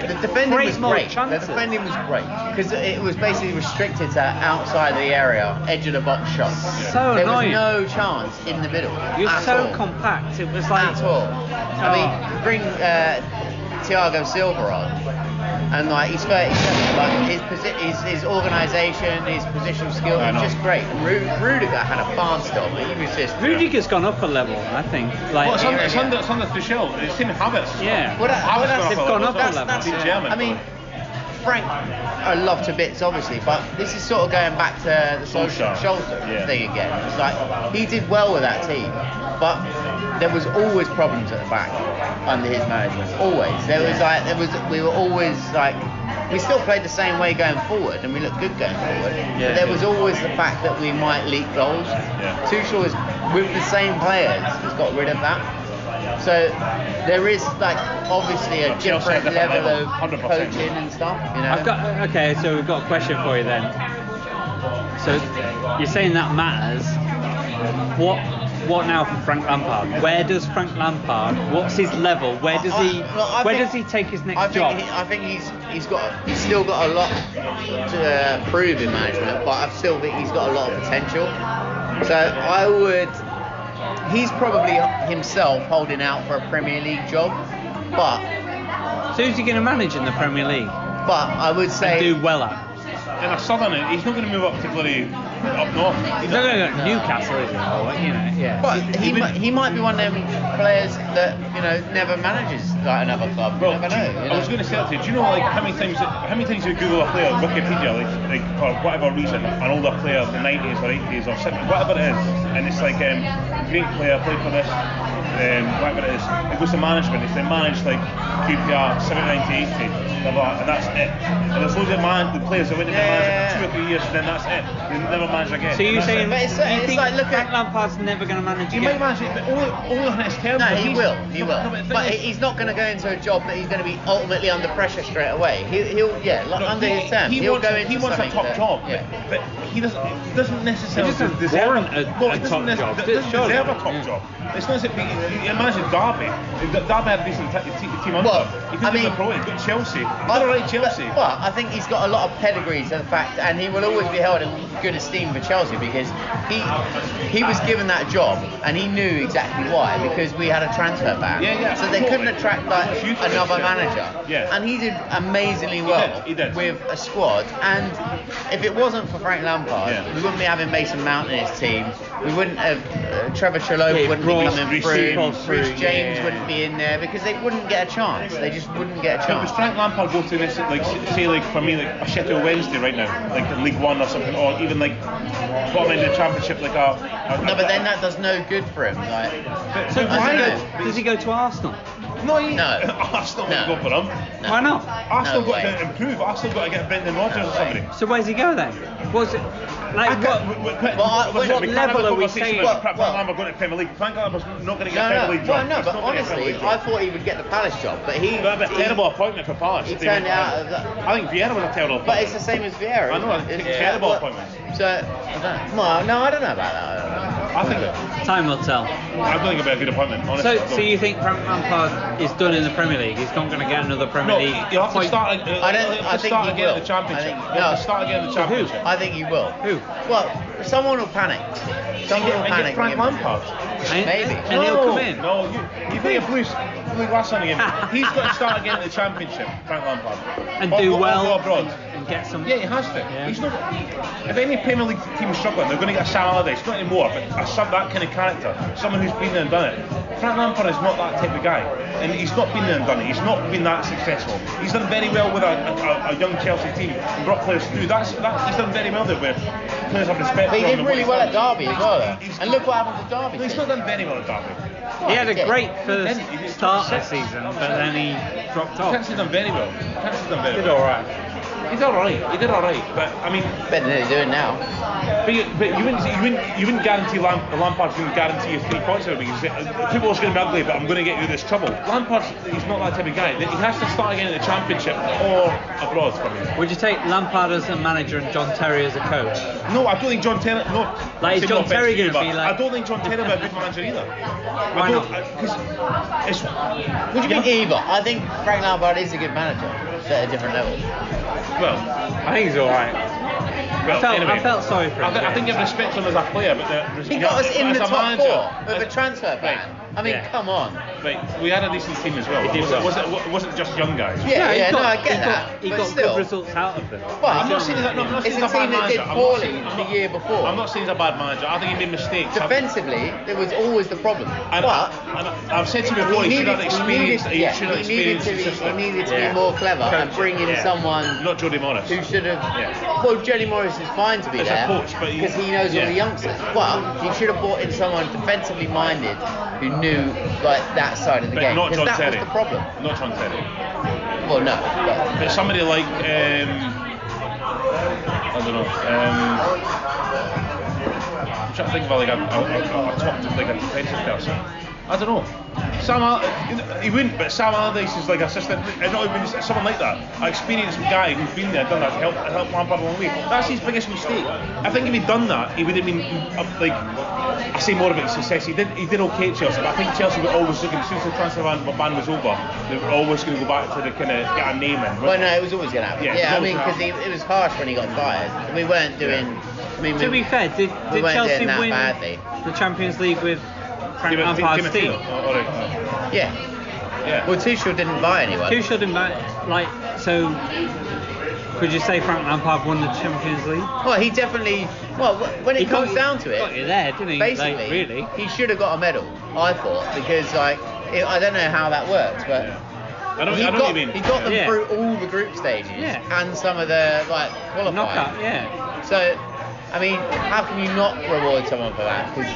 B: The defending
C: Create
B: was
C: more
B: great.
C: chances.
B: The defending was great because it was basically restricted to outside the area, edge of the box shots.
C: So
B: there
C: annoying.
B: was no chance in the middle.
C: You're
B: at
C: so
B: all.
C: compact. It was like.
B: at all. I
C: Oh.
B: mean, bring uh, Thiago Silva on, and like he's 37, like his posi- his, his organisation, his positional skill
A: I
B: is
A: know.
B: just great. Ru- Rudiger had a barnstorm. He was just.
C: Rudiger's gone up a level, I think. Like,
A: Well, it's under,
B: Yeah.
A: it's under, it's under Tuchel. It's in habits.
C: yeah.
B: Well, that- well,
A: Habits
B: that's-
A: gone
C: they've gone up
A: up a level.
C: a
A: That's-
C: level.
A: that's in
C: Yeah.
A: German.
B: I mean, Frank, I love to bits, obviously, but this is sort of going back to the social
A: Solskjaer.
B: shoulder
A: Yeah.
B: thing again. It's like he did well with that team, but there was always problems at the back under his management. Always, there was like there was we were always like we still played the same way going forward, and we looked good going forward.
A: Yeah,
B: but there
A: yeah.
B: was always the fact that we might leak goals.
A: Yeah.
B: Tuchel is with the same players has got rid of that. So there is like obviously a
A: Chelsea
B: different
A: at a different
B: level
A: level,
B: of
A: 100%.
B: coaching and stuff. You know,
C: I've got okay, so we've got a question for you then. So you're saying that matters. What what now for Frank Lampard? Where does Frank Lampard? What's his level? Where does
B: I-
C: he?
B: I- look, I
C: where
B: think-
C: does he take his
B: I
C: next
B: think
C: job?
B: He, I think he's he's got he's still got a lot to uh, prove in management, but I still think he's got a lot of potential. So I would. He's probably himself holding out for a Premier League job, but
C: So who's he going to manage in the Premier League
B: but I would say
C: and do well at?
A: in a southern, he's not going to move up to bloody up north.
C: He's not going to go to Newcastle, is he? Or, you know, yeah.
B: But he, mi- he might be one of them players that you know never manages like another club. You
A: Well,
B: never
A: do you-
B: know. you
A: I was
B: know.
A: going to say that to you. Do you know like how many times how many times you Google a player on Wikipedia, like, like for whatever reason, an older player, of the 90s or 80s or 70s, whatever it is, and it's like um, great player, played for this, um, whatever it is. It goes to management. It's they manage like QPR 79 to 80, blah, blah, and that's it. And there's loads of man, the players that went into
B: Yeah, yeah, yeah.
A: management for two or three years, and then that's it. They never manage again.
C: So you're
A: That's it.
C: saying
B: But it's-
C: you
B: it's
C: think
B: like, look
C: Frank
B: at-
C: Lampard's never going to manage
A: He
C: again?
A: might manage it, but only, only on his terms.
B: No,
A: but
B: he
A: he's-
B: will. He
A: no,
B: will.
A: no, but the thing
B: but
A: is-
B: he- he's not going to go into a job that he's going to be ultimately under pressure straight away. He, he'll, yeah, like,
A: Look,
B: under
A: he,
B: his term,
A: he
B: will
A: wants,
B: go
A: a-
B: into
A: he wants a
B: something
A: top
B: that-
A: job,
B: Yeah.
A: but, but he doesn't doesn't necessarily
C: It doesn't
A: deserve
C: warrant a-
A: well,
C: a
A: it doesn't
C: top
A: nec-
C: job,
A: it doesn't
C: surely.
A: deserve a top
C: Yeah.
A: job. It's not as if he, he- imagine Derby. If Derby had a decent t- t- team under.
B: Well, I
A: he could be
B: mean-
A: the pro. He got Chelsea. He's all right, Chelsea.
B: But, but I think he's got a lot of pedigree to the fact, and he will always be held in good esteem for Chelsea because he he was given that job and he knew exactly why because we had a transfer ban.
A: Yeah, yeah,
B: So they couldn't
A: totally.
B: attract like
A: Huge
B: another
A: pressure.
B: manager.
A: Yes.
B: And he did amazingly well
A: he did.
B: with a squad. And if it wasn't for Frank Lampard,
A: Yeah.
B: we wouldn't be having Mason Mount in his team. We wouldn't have uh, Trevor Chalot
C: Yeah,
B: wouldn't
C: brought
B: be coming
A: Reece
B: through.
C: James
B: Bruce
C: through,
B: James
C: yeah.
B: wouldn't be in there because they wouldn't get a chance. They just wouldn't get a
A: But
B: chance.
A: was Frank Lampard go to this, like s- say like for me like a Sheffield Wednesday right now, like in League One or something, or even like bottom end of the Championship, like a. a
B: No,
A: a-
B: but then that does no good for him. Like,
A: But-
C: so
A: but-
C: why
B: don't
C: does, does he go to Arsenal?
A: No, he,
B: No.
A: Arsenal
B: No.
A: won't go for him.
B: No.
C: Why not?
A: Arsenal
B: No
A: got
B: way.
A: to improve. Arsenal got to get Brendan Rodgers or somebody.
C: So where's he go then? What's it like? What,
B: what
C: level are we saying?
A: Well, Frank
B: Well-
A: Lampard going to Premier League. Frank Lampard's not going to get a
B: no,
A: Premier
B: no,
A: League
B: well,
A: job.
B: no.
A: He's
B: But
A: not gonna get a
B: honestly,
A: Premier League
B: I
A: job.
B: thought he would get the Palace job, but he.
A: That was a
B: he-
A: terrible appointment for Palace.
B: he
A: They
B: turned
A: went-
B: out of that-
A: I think Vieira was a terrible appointment.
B: But it's the same as Vieira.
A: I know,
B: isn't it?
A: it's terrible
B: well,
A: appointment.
B: So, I don't know. well, no, I don't know about that. I don't know.
A: I think that-
C: Time will tell.
A: I don't think it'd be a good appointment. Honestly,
C: So, so you think Frank Lampard is done in the Premier League? He's not going to get another Premier
A: No,
C: League.
A: you have to
C: appoint-
A: start. ag-
B: I don't-
A: you have
B: I
A: to
B: think
A: start
B: he
A: again in
B: will.
A: the championship.
B: I think-
A: You have
B: no.
A: to start again in the championship.
B: I think he will.
C: Who?
B: Well, someone will panic. Someone will
A: And
B: panic.
A: get Frank
B: and give him-
A: Lampard.
C: And,
B: Maybe.
C: And he'll come in.
A: No, you, you think of Luis, Luis Lassen again. He's got to start again in the championship. Frank Lampard.
C: And
A: Or-
C: do
A: or- or
C: well
A: go abroad.
C: And, and get some.
A: Yeah, he has to.
C: Yeah.
A: He's not. If any Premier League team is struggling, they're going to get a Salah. It's not anymore, but a sub that kind of character, someone who's been there and done it. Frank Lampard is not that type of guy, and he's not been there and done it. He's not been that successful. He's done very well with a, a, a young Chelsea team and brought players through. That's that, he's done very well there, where players have respect.
B: But he
A: for him
B: did
A: and what
B: really
A: he's
B: well
A: done.
B: at Derby as well,
A: He's-
B: though. And look what happened to Derby.
A: No, he's not done very well at Derby.
B: Well,
E: He had
B: he's
E: a great
B: getting-
E: first start this season, but then he dropped off.
A: Caps has done very well. Caps has done very
E: Did
A: well.
E: all right.
A: He did all right. He did all right. But I mean,
B: Better than they're doing now.
A: But you, but you wouldn't, you wouldn't, you wouldn't guarantee Lamp, Lampard's going to guarantee you three points every week. He's- Football's going to be ugly, but I'm going to get you out of this trouble. Lampard's, he's not that type of guy. He has to start again in the Championship or abroad for me.
E: Would you take Lampard as a manager and John Terry as a coach?
A: No, I don't think John Terry. No,
E: Like, is
A: Say no
E: John
A: offence
E: Terry
A: to you,
E: gonna
A: but
E: be like-
A: I don't think John Terry will be a good manager either.
E: Why
A: I don't,
E: not?
A: Because it's.
B: What do you
A: yeah,
B: mean evil? I think Frank Lampard is a good manager but at a different level.
A: Well,
E: I think he's all right.
A: well
E: I felt,
A: anyway.
E: I felt sorry for him.
A: I, thi- I
E: yeah.
A: think you have respect for him as a player, but the,
B: He got us in
A: as
B: the
A: a
B: top
A: manager,
B: four with a transfer ban. I mean,
E: Yeah.
B: come on.
A: Right, we had a decent team as well.
E: It did
A: was it,
E: well.
A: was it, wa- wasn't just young guys.
B: Yeah, yeah,
E: he
B: no,
E: got-
B: I get
E: he
B: that.
E: Got, he
B: but
E: got
B: still,
E: good results out of them.
B: But
A: I'm not saying he's a- no, I'm not
B: it's
A: saying
B: a
A: he's a bad
B: team that did
A: manager. I'm not
B: poorly
A: saying- I'm
B: the
A: not-
B: year before.
A: I'm not saying he's a bad manager. I think he made mistakes.
B: Defensively, there was always the problem.
A: And,
B: but
A: and I've said to you before, he, should have experienced.
B: needed,
A: He
B: yeah,
A: should have
B: he needed
A: experienced.
B: to be,
A: the
B: he
A: system.
B: needed to
E: Yeah.
B: be more clever and
A: Coach,
B: bring in
A: yeah.
B: someone
A: Not Jody Morris.
B: who should have.
A: Yeah.
B: Well, Johnny Morris is fine to be
A: As a
B: there
A: coach, but he-
B: because he, knows all
A: yeah.
B: the youngsters. But you should have brought in someone defensively minded who knew like that side of the
A: But
B: game.
A: not
B: 'cause
A: John
B: that
A: Terry.
B: was the problem.
A: Not John Terry.
B: Well, no. But,
A: But somebody like um, I don't know. Um, I'm trying to think of like a, a, a, a top like a defensive person. I don't know. Sam, Al- he wouldn't, but Sam Allardyce is like assistant, and not even someone like that. An experienced guy who's been there, done that, helped help Lampard along the way. That's his biggest mistake. I think if he'd done that, he would have been uh, like. I say more about his success. He did, he did okay at Chelsea, but I think Chelsea were always looking. As soon as the transfer ban, ban was over, they were always going to go back to the kind of get a name in. weren't
B: well, no, it was always going to happen.
A: Yeah,
B: Yeah, I
A: it was
B: mean,
A: always
B: because
A: gonna
B: it was harsh when he got fired. And we weren't doing. I mean,
E: To
B: we,
E: be fair, did,
B: we
E: did
B: weren't
E: Chelsea
B: doing that
E: win
B: badly.
E: the Champions League with Frank
A: Yeah, but Di-
E: Lampard's
A: Di Matteo.
E: team?
A: Oh, all right.
B: Yeah.
A: Yeah.
B: Well, Tuchel didn't buy anyone.
E: Who should invite? Like, so could you say Frank Lampard won the Champions League?
B: Well, he definitely. Well, wh- when it
E: got
B: comes
E: you-
B: down to it,
E: got you there, didn't he? Like,
B: basically,
E: really.
B: he should have got a medal. I thought because like it, I don't know how that works, but
A: I don't,
B: he,
A: I don't
B: got,
A: even.
B: he got them
E: Yeah.
B: through all the group stages
E: Yeah.
B: and some of the like qualifying.
E: Knockout, yeah.
B: So, I mean, how can you not reward someone for that? Because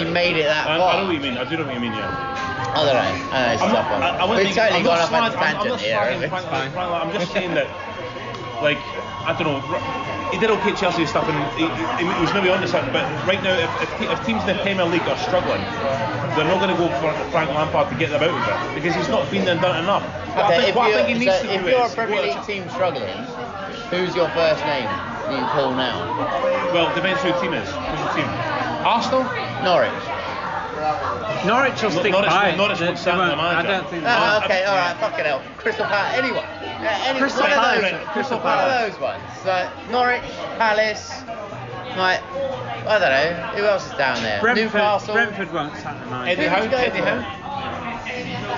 B: you, you made it that
A: I,
B: far.
A: I know what you mean. I do know what you mean. Yeah.
B: I don't know. I don't know. It's a
A: I'm
B: tough
A: not.
B: one.
A: I, I wouldn't
B: We've
A: think-
B: totally
A: I'm
B: gone
A: not
B: off on a
A: slagging- I'm- I'm
B: tangent
A: not
B: here.
A: slagging
B: haven't we?
A: Frank- Frank Lampard. I'm just saying that, like, I don't know. r- He did okay at Chelsea and stuff, and he, he, he was maybe onto something. But right now, if, if, te- if teams in the Premier League are struggling, they're not going to go for Frank Lampard to get them out of it because he's not been there and done enough. What I
B: Okay, if
A: think, what I
B: you're,
A: think he needs
B: so
A: to
B: if
A: do
B: you're
A: is
B: a Premier
A: what-
B: League team struggling, who's your first name you call now?
A: well, depends who the team is. Who's the team? Arsenal.
B: Norwich. Ah,
E: Norwich will
A: Nor-
E: stick
A: Norwich-
E: by.
A: Norwich
E: They-
A: will
E: they
A: sack
E: won't-
A: the
E: I
A: manager.
E: don't think.
A: No,
B: Ah,
A: I-
B: okay, all right, fucking hell. Crystal Palace, anyone. Yeah, any,
E: Crystal
B: one
E: Palace,
B: of those,
E: Crystal
B: one of
E: Palace.
B: those ones. Like Norwich, Palace, like I don't know. Who else is down there?
E: Brentford,
B: Newcastle.
E: Brentford won't sack the manager.
A: Eddie
B: Who
A: Howe.
B: would you go
A: Eddie
B: for?
A: Howe.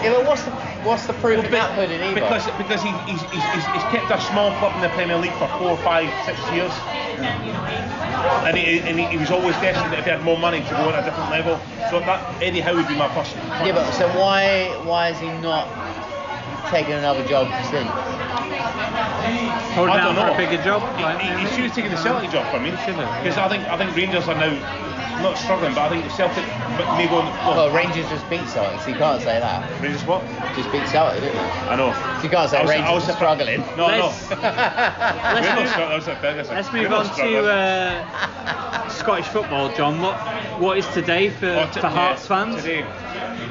B: Yeah, but what's the what's the proof of that pudding either?
A: Because because he, he's, he's, he's, he's kept a small club in the Premier League for four, five, six years, and he and he, he was always destined that if he had more money to go on a different level. So that Eddie Howe would be my first.
B: yeah, but so why why is he not taking another job since?
E: Holding
A: I don't
E: out for
A: know.
E: a bigger job.
A: He,
E: like,
A: he, he should have taken the Celtic job for me.
E: Should have,
A: Because I think I think Rangers are now not struggling, but I think the Celtic m- may go. On, well,
B: Well, Rangers just beat Celtic, so you can't say that.
A: Rangers what?
B: Just beat Celtic, didn't they?
A: I know.
B: So you can't say
A: I was- I
B: Rangers
A: was-
B: are struggling.
A: No,
E: Let's-
A: no. We're
E: let's
A: not
E: move-
A: struggling. That was at Ferguson.
E: Let's
A: We're
E: move
A: not
E: on to
A: struggling.
E: uh, Scottish football, John. What what is today for,
A: Oh, t-
E: for Hearts
A: yeah,
E: fans?
A: Today.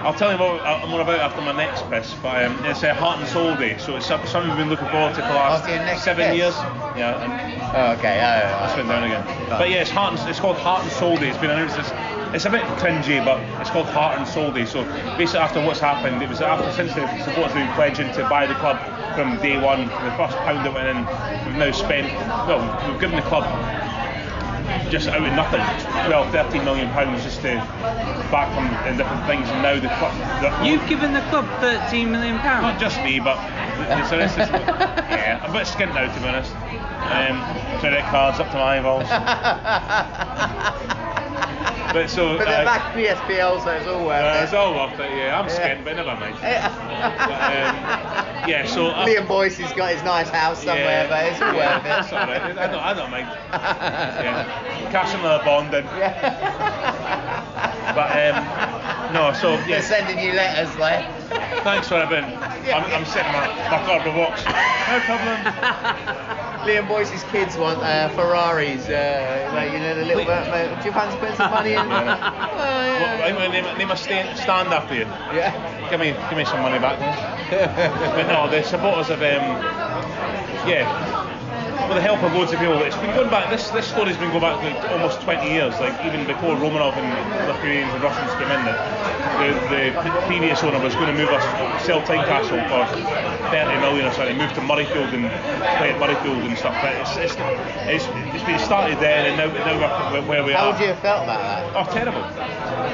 A: I'll tell you more, uh, more about it after my next piss, but um, it's a Heart and Soul Day, so it's some- something we've been looking forward to for the
B: After your
A: last
B: next
A: seven
B: piss?
A: years. Yeah, and
B: oh, okay. Oh,
A: that's went down again.
B: Right.
A: But yeah, it's, heart and, it's called Heart and Soul Day. It's been announced. It's, it's a bit cringy, but it's called Heart and Soul Day. So basically, after what's happened, it was after since the supporters have been pledging to buy the club from day one, from the first pound that went in, we've now spent. Well, we've given the club just out of nothing, 12, 13 million pounds just to back them in different things, and now the club. the-
E: You've given the club 13 million
A: not
E: pounds.
A: just me, but the, the rest is, yeah, I'm a bit skint now to be honest. Um, credit cards up to my eyeballs. But so.
B: But they're
A: uh,
B: back E in the SPL, so it's all worth
A: uh,
B: it.
A: it's all worth it, yeah. I'm
B: Yeah.
A: skint, but never mind. But,
B: Yeah.
A: um, yeah, so. I-
B: Liam Boyce's got his nice house somewhere,
A: yeah,
B: but it's all
A: yeah,
B: worth it.
A: That's alright. I don't, I don't mind. Yeah. Cash another bond in.
B: Yeah.
A: But um, no, so
B: They're
A: yeah.
B: sending you letters like.
A: Thanks for having. I'm, I'm sitting my my cardboard box. No problem.
B: Liam Boyce's kids want uh, Ferraris, uh, like you know the little. Uh, do you fancy putting some money in?
A: Yeah.
B: Oh,
A: Well,
B: yeah.
A: I'm gonna name, name a stand, stand after you.
B: yeah.
A: Give me give me some money back. but no, the supporters of um, yeah, with the help of loads of people, it's been going back. This this story's been going back like almost 20 years, like even before Romanov and Lithuanians and Russians came in. That the, the p- previous owner was going to move us sell Tyne Castle for 30 million or something, move to Murrayfield and play at Murrayfield and stuff. But it's it's, it's, it's been started there, and now now we're where we
B: How
A: are.
B: would you have felt about that?
A: Oh, terrible.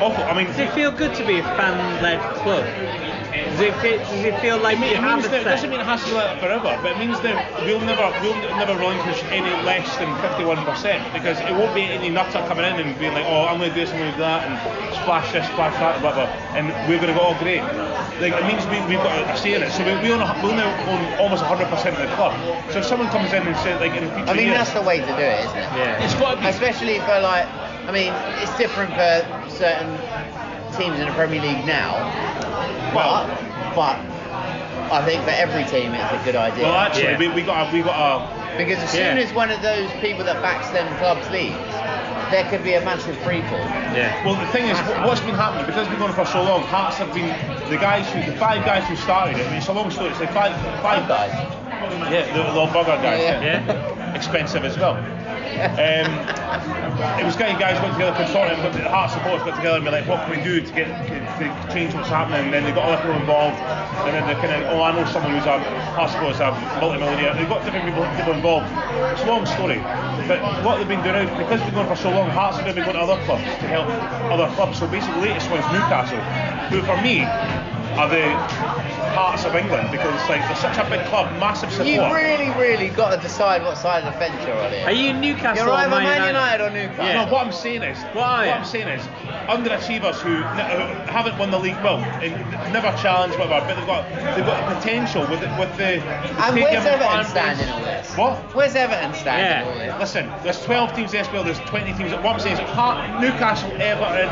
A: Awful. I mean,
E: Does it feel good to be a fan-led club? Does it feel, does it feel like
A: I mean,
E: you
A: it
E: have
A: means
E: a
A: that, it
E: say?
A: doesn't mean it has to be like that forever, but it means that we'll never we'll never relinquish any less than 51% because it won't be any nutter coming in and being like, oh, I'm going to do this, I'm going to do that, and splash this, splash that, blah blah, and we're going to go all great. Like it means we, we've got a say in it, so we, we own, a- we'll now own almost 100% of the club. So if someone comes in and says like in the
B: I
A: future
B: mean,
A: years,
B: that's the way to do it, isn't it?
E: Yeah.
A: it's got to be.
B: especially for like I mean it's different for certain teams in the Premier League now
A: Well-
B: but but I think for every team it's a good idea
A: Well, actually,
E: Yeah.
A: we, we got a, we got a
B: because as
E: yeah.
B: soon as one of those people that backs them clubs leaves there could be a massive free fall
E: Yeah.
A: Well, the thing is, wh- what's been happening because we've been going for so long. Hearts have been the guys who, the five guys who started it. I mean, it's a long story. It's like five, five guys.
E: Yeah.
A: The little bugger guys.
B: Yeah,
E: Yeah.
A: Expensive as well. Um, it was getting guys got together, consortium, got the heart supporters got together and be like, what can we do to get to change what's happening? And then they got other people involved, and then they kind of, oh, I know someone who's a heart supporters, a multi-millionaire. They got different people, people involved. It's a long story, but what they've been doing now, because we've gone for so long, Hearts have been going to other clubs to help other clubs. So basically, the latest one's Newcastle, who for me are the Hearts of England because like they're such a big club, massive support.
B: you really really got to decide what side of the fence you're on
E: Are
B: here
E: you Newcastle
B: you're
E: or
B: either
E: Man
B: Man United
E: United?
B: or Newcastle
E: Yeah.
A: No, what I'm saying is,
E: What are you?
A: I'm saying is, underachievers who, n- who haven't won the league, well, and never challenged, whatever, but they've got they've got potential with the, with the. the
B: and
A: stadium
B: where's Everton
A: fan
B: standing
A: base.
B: all this
A: What?
B: where's Everton standing
E: Yeah.
B: all this
A: Listen, there's 12 teams in the SPL, there's 20 teams. What I'm saying is, Hart, Newcastle, Everton,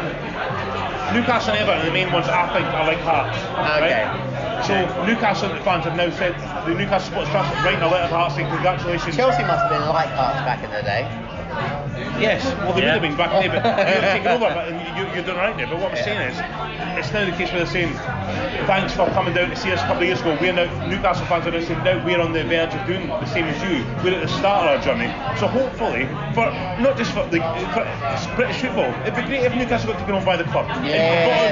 A: Newcastle and Everton are the main ones I think are like Hearts.
B: Okay.
A: Right? So Newcastle fans have now said the Newcastle Sports Trust is writing a letter to Hearts saying congratulations.
B: Chelsea must have been like Hearts back in the day
A: Yes, well, they
E: Yeah.
A: would have been back there, but you've taken over, but and you, you're doing all right now. But what I'm saying is, it's now the case where they're saying, thanks for coming down to see us a couple of years ago. We're now, Newcastle fans are now saying, now we're on the verge of doing the same as you. We're at the start of our journey. So hopefully, for not just for, the, for British football, it'd be great if Newcastle got taken over by the club. And brought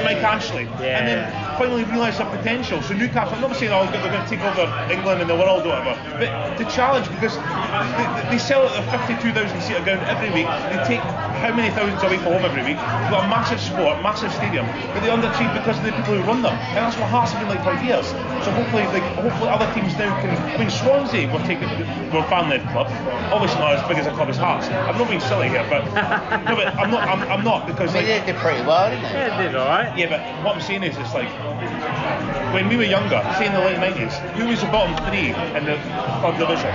B: Yeah.
A: in Mike Ashley. And then finally realise their potential. So Newcastle, I'm not saying oh, they're going to take over England and the world or whatever, but the challenge because they, they- they sell out their 52,000 seat ground every week. They take how many thousands away from home every week. They've got a massive sport, massive stadium, but they underachieve because of the people who run them. And that's what Hearts have been like for years. So hopefully, like, hopefully other teams now can. I mean, Swansea were taking were a fan-led club. Obviously not as big as a club as Hearts. I'm not being silly here, but no, but I'm not. I'm, I'm not because
B: I mean
A: like,
B: they did pretty well didn't they
E: Yeah, they did all right.
A: yeah, but what I'm saying is, it's like when we were younger, say in the late 90s, who was the bottom three in the third division?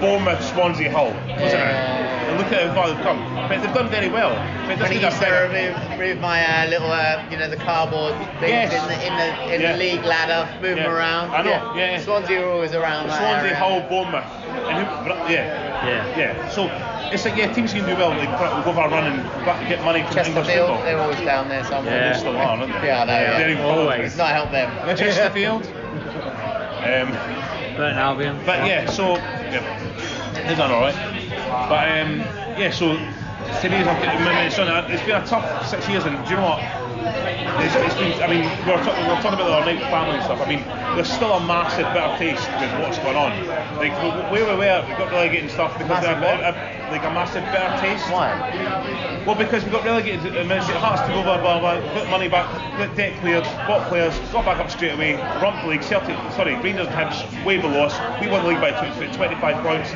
A: Bournemouth, Swansea, Hull, wasn't it? And look at how far they've come. But they've done very well. But it
B: When he
A: doesn't
B: used to
A: mean
B: remove, remove my uh, little, uh, you know, the cardboard things
A: Yes.
B: in the in the in
A: Yeah.
B: the league ladder, move them
A: Yeah.
B: around.
A: I know, yeah, yeah.
B: Swansea were always around. that area.
A: Swansea, Hull, Bournemouth, and who, yeah,
E: Yeah.
A: yeah. So it's like yeah, teams can do well. They go for a run and go- get money from English
B: Chesterfield,
A: football.
B: they're always down there somewhere.
E: Yeah.
A: They still are, aren't they?
B: Yeah, I know, yeah.
A: They're involved.
E: Always.
B: It's not helped them.
A: Chesterfield. um,
E: Burton Albion.
A: But yeah, so yeah, they've done all right. But um, yeah, so today's I've got- I mean, it's, on a- it's been a tough six years, and do you know what? It's, it's been. I mean, we were, talk, we were talking about the other night, family and stuff. I mean, there's still a massive bit of taste with what's going on. Like w- where we were, we got relegated and stuff because
B: Massive
A: of a, a, a- like a massive bit of taste.
B: Why?
A: Well, because we got relegated to the Ministry of Hearts to go blah blah blah, got money back, got debt cleared, bought players, got back up straight away, rump the league, Celtic, sorry, Rangers and Hibs, way below us, we won the league by 20, 25 points,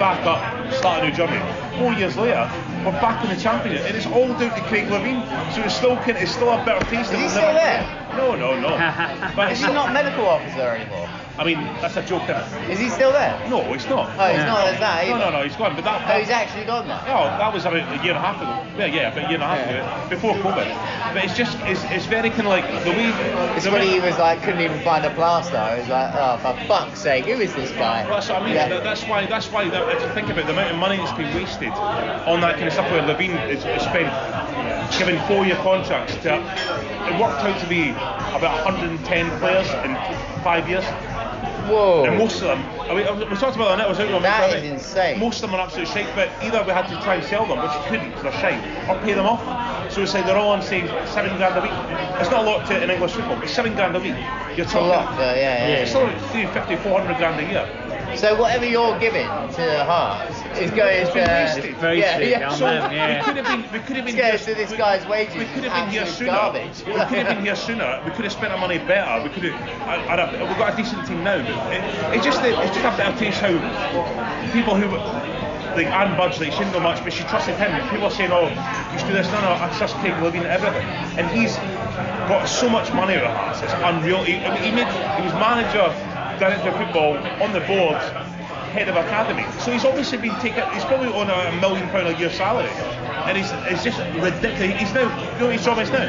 A: back up, start a new journey. Four years later, we're back in the championship, and it's all down to Craig Levine. So it's still kind of- it's still a bit of
B: Is
A: taste. that
B: he
A: we'll
B: still
A: never-
B: there?
A: No, no, no. but
B: Is
A: it's
B: he not medical officer anymore?
A: I mean, that's a joke. That,
B: Is he still there?
A: no, it's not.
B: Oh, he's not as that
A: no,
B: either.
A: no, no, he's gone. But that,
B: Oh,
A: that
B: he's actually gone now.
A: No, Oh, that was about a year and a half ago. Yeah, yeah, about a year and a half ago, before COVID. But it's just, it's, it's very kind of like the way.
B: It's
A: the
B: when
A: way-
B: he was like, couldn't even find a plaster. I was like, oh, for fuck's sake, who is this guy?
A: Well, that's what I mean.
B: Yeah.
A: That, that's why. That's why. That, if you think about the amount of money that's been wasted on that kind of stuff, where Levine is, is spent giving four-year contracts to, it worked out to be about 110 players in five years, and
B: Whoa.
A: most of them. I mean, I was- we talked about that. It was out on
B: That
A: Friday.
B: is insane.
A: Most of them are absolute shite, but either we had to try and sell them, which we couldn't because they're shite, or pay them off. So we said they're all on say seven grand a week. It's not a lot to in English football, but seven grand a week. You're
B: A
A: talking.
B: lot, though, yeah, yeah.
A: It's still like 350, 400 grand a year.
B: So whatever you're giving to Hearts is going
A: It's
B: to.
A: been wasted.
B: Yeah,
C: Very
B: yeah,
C: sick, I'm
A: So
C: them, yeah.
A: we could have been, we could have been
B: Yeah,
A: here.
B: so this
A: we-
B: guy's wages
A: We could
B: is
A: have been here
B: absolute
A: sooner.
B: garbage.
A: We could have been here sooner. We could have spent our money better. We could have. I, I don't- we've got a decent team now. But it, it's just that- it's just a bit of taste how people who like Anne Budge, like she didn't know much, but she trusted him. People are saying, "Oh, you should do this." No, no, I trust Craig Levine and everything, and he's got so much money out of Hearts. It's unreal. He, I mean, he made he was manager, director of football on the board head of academy. So he's obviously been taken. He's probably on a million pound a year salary, and he's it's just ridiculous. He's now you know what his job is now.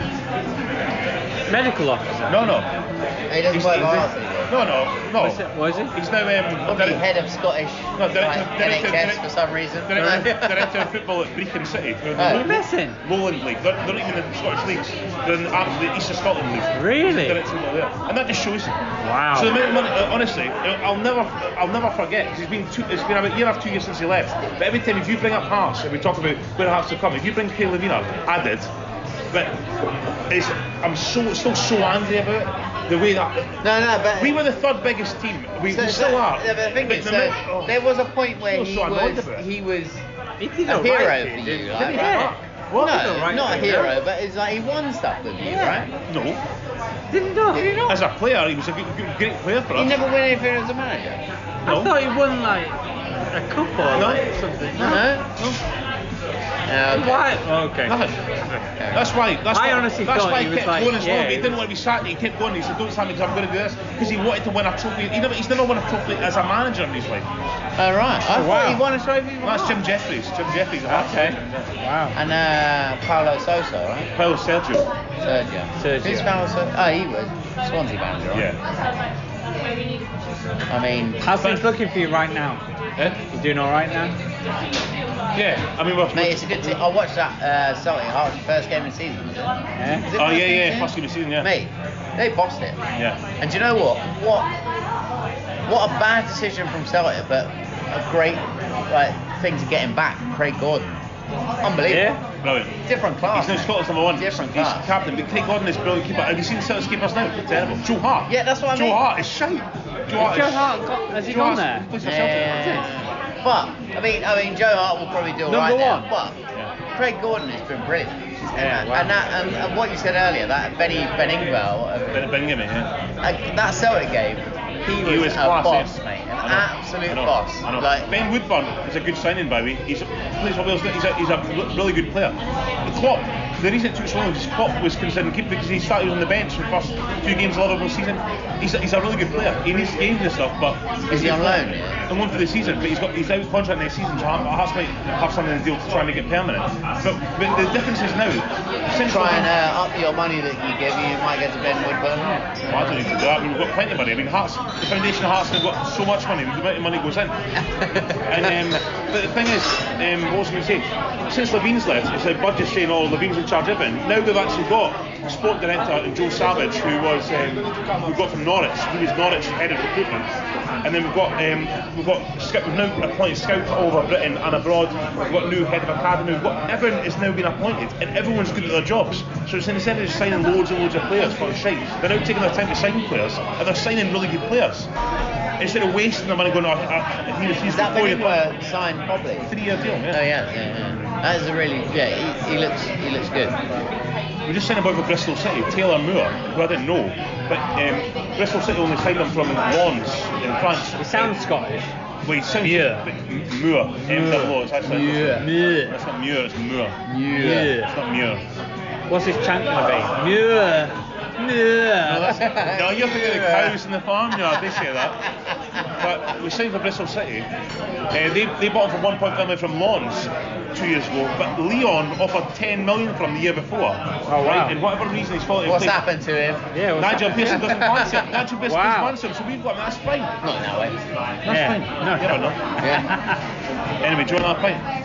C: Medical officer.
A: No, no,
B: He doesn't
A: he's,
B: work for
A: he's-
B: Hearts anymore.
A: no, no, no.
C: What is it? What is it?
A: He's now um,
B: Probably
A: direct-
B: head of Scottish
A: No, director-
B: like,
A: director-
B: NHS for some reason.
A: director, director of football at Brecon City. They're in the
B: Oh.
A: Lowland-
C: Messing.
A: Lowland League. They're, they're not even in the Scottish leagues. They're in the absolute East of Scotland League.
C: Really?
A: Director of football there. And that just shows
C: Wow.
A: So the amount of money, uh, honestly, I- I'll never, I'll never forget. 'cause it's been two, it's been about a year and a half, two years since he left. But every time, if you bring up Hearts and we talk about where Hearts have come, if you bring Kay Levine up, I did. But it's, I'm so, still so angry about it. The way that
B: No, no, but.
A: we were the third biggest team. We,
B: so- so-
A: we still are.
B: Yeah, but the thing is,
A: the
B: so
A: amount- oh.
B: there was a point where
A: Still
B: he
A: so annoyed
B: was,
A: about it.
B: he was
C: He did
B: a
C: all
B: hero
C: right,
B: for
C: didn't
B: you,
C: he?
B: like,
C: Didn't he?
B: right?
C: Well, he did
B: no,
C: all right
B: not a
C: for you,
B: hero, but it's like he won stuff with you,
C: Yeah.
B: right?
A: no.
C: Didn't know.
A: As a player, he was a good, good- great player for
B: He
A: us.
B: never won anything as a manager.
A: no.
C: I thought he won like a cup or
A: No.
C: like, something.
B: No. Uh, okay.
C: Why? Okay.
A: Nothing. That's why. That's
C: I
A: why,
C: honestly
A: that's
C: thought
A: why
C: he
A: he
C: was
A: kept
C: like,
A: going as well.
C: yeah,
A: but he
C: he
A: didn't
C: was-
A: want to be sat. He kept going. He said, "Don't sign me because I'm going to do this," because he wanted to win a trophy. He never, he's never won a trophy as a manager in his life.
B: All uh, right. I thought
A: Oh, Wow.
B: he won a trophy from
A: That's
B: Hearts.
A: Jim Jeffries. Jim Jeffries. Okay.
C: Wow.
B: And uh, Paolo Sosa, right?
A: Paul Sergio.
B: Sergio.
C: Sergio.
B: Who's Paolo Sosa? Oh, he was Swansea manager, right?
A: Yeah.
B: I mean,
C: How's things looking for you right now?
A: Eh?
C: You doing all right now?
A: Yeah. I mean, we're,
B: mate, it's a good team. I watched that uh, Celtic Hearts first game of the season. Was it?
C: Yeah.
B: Was it first
A: Oh, yeah,
B: game of
A: yeah,
B: the
A: first game of the season, yeah.
B: Mate, they bossed it.
A: yeah.
B: And do you know what? What what a bad decision from Celtic, but a great like thing to get him back, Craig Gordon. Unbelievable.
C: Yeah.
A: Brilliant.
B: Different class.
A: He's now
B: mate.
A: Scotland's number one.
B: Different
A: he's
B: class.
A: captain. But Craig Gordon is brilliant keeper. Have you seen Celtic keepers now? Terrible. Joe Hart.
B: Yeah, that's what I
A: Joe
B: mean.
A: Hart is shite. Joe Hart.
C: Joe
A: is-
C: Hart got- has he
A: Joe
C: gone
A: Hart's-
C: there?
A: plays for Celtic.
B: Yeah. But I mean, I mean, Joe Hart will probably do all right
C: Number
B: there,
C: one.
B: But Craig Gordon has been brilliant.
C: Yeah,
B: and,
C: wow.
B: that, and, and what you said earlier, that Benny Ben Ingwell,
A: Ben, ben Gimme, yeah.
B: uh, that Celtic game, he was,
A: He was
B: a
A: class,
B: boss,
A: yeah.
B: mate, an
A: I know,
B: absolute
A: I know,
B: boss.
A: I know.
B: Like,
A: ben Woodburn is a good signing, by the way. He's plays for Wales. He's a, he's a r- really good player. The Klopp, the reason it took so long is Klopp was considering keep because he started on the bench for the first two games of the Liverpool season. He's a, he's a really good player. He needs games and stuff, but
B: is he on loan?
A: and one for the season, but he's got he's out of contract next season, so Hearts might have something in the deal to try and make it permanent. But, but the difference is now, since
B: Try and
A: Liverpool-
B: uh, up your money that you give, you might get to Ben Woodburn.
A: Well, I don't need to do that. I mean, we've got plenty of money. I mean, Hearts, the foundation of Hearts, they've got so much money. The amount of money goes in. and um, but the thing is, um, what was I going to say? Since Levine's left, it's like Bud just saying, "Oh, Levine's in charge of everything." Now they've actually got sport director and Joe Savage, who was um, we got from Norwich, who was Norwich head of recruitment, and then we've got um, we've got scout, we've now appointed scouts all over Britain and abroad. We've got new head of academy. We've got everyone is now been appointed, and everyone's good at their jobs. So it's instead of just signing loads and loads of players for shite, they're now taking their time to sign players, and they're signing really good players instead of wasting their money going, "Oh, uh, he was he's
B: Is that
A: before
B: Ben
A: you play."
B: Woodburn signed properly?
A: Three-year deal,
B: Oh
A: yeah.
B: yeah, yeah, yeah. That is a really yeah. He, he looks he looks good.
A: We just signed a boy for Bristol City, Taylor Moore, who I didn't know, but um, Bristol City only signed him from Lons in France.
C: He sounds Scottish.
A: Wait, sounds
F: Muir.
A: but Moore. M double O. It's actually
B: Yeah.
A: That's not Muir. It's Moore.
B: Yeah.
A: It's not Muir.
E: What's his chant gonna be? Muir. Muir.
A: No, you're thinking of the cows in the farmyard. They say that. But we signed for Bristol City. Eh, they, they bought him for one point family from Lons two years ago. But Leon offered 10 million from the year before. Oh
E: wow.
A: Right? And whatever reason he's falling.
B: What's happened to him?
E: Yeah. what's
A: Nigel Pearson doesn't want him. Nigel Pearson
E: Wow.
A: doesn't want him, so we've got him. That's fine.
B: Not in that way.
E: that? yeah.
A: You never know.
B: Yeah.
A: Anyway, do you want another pint?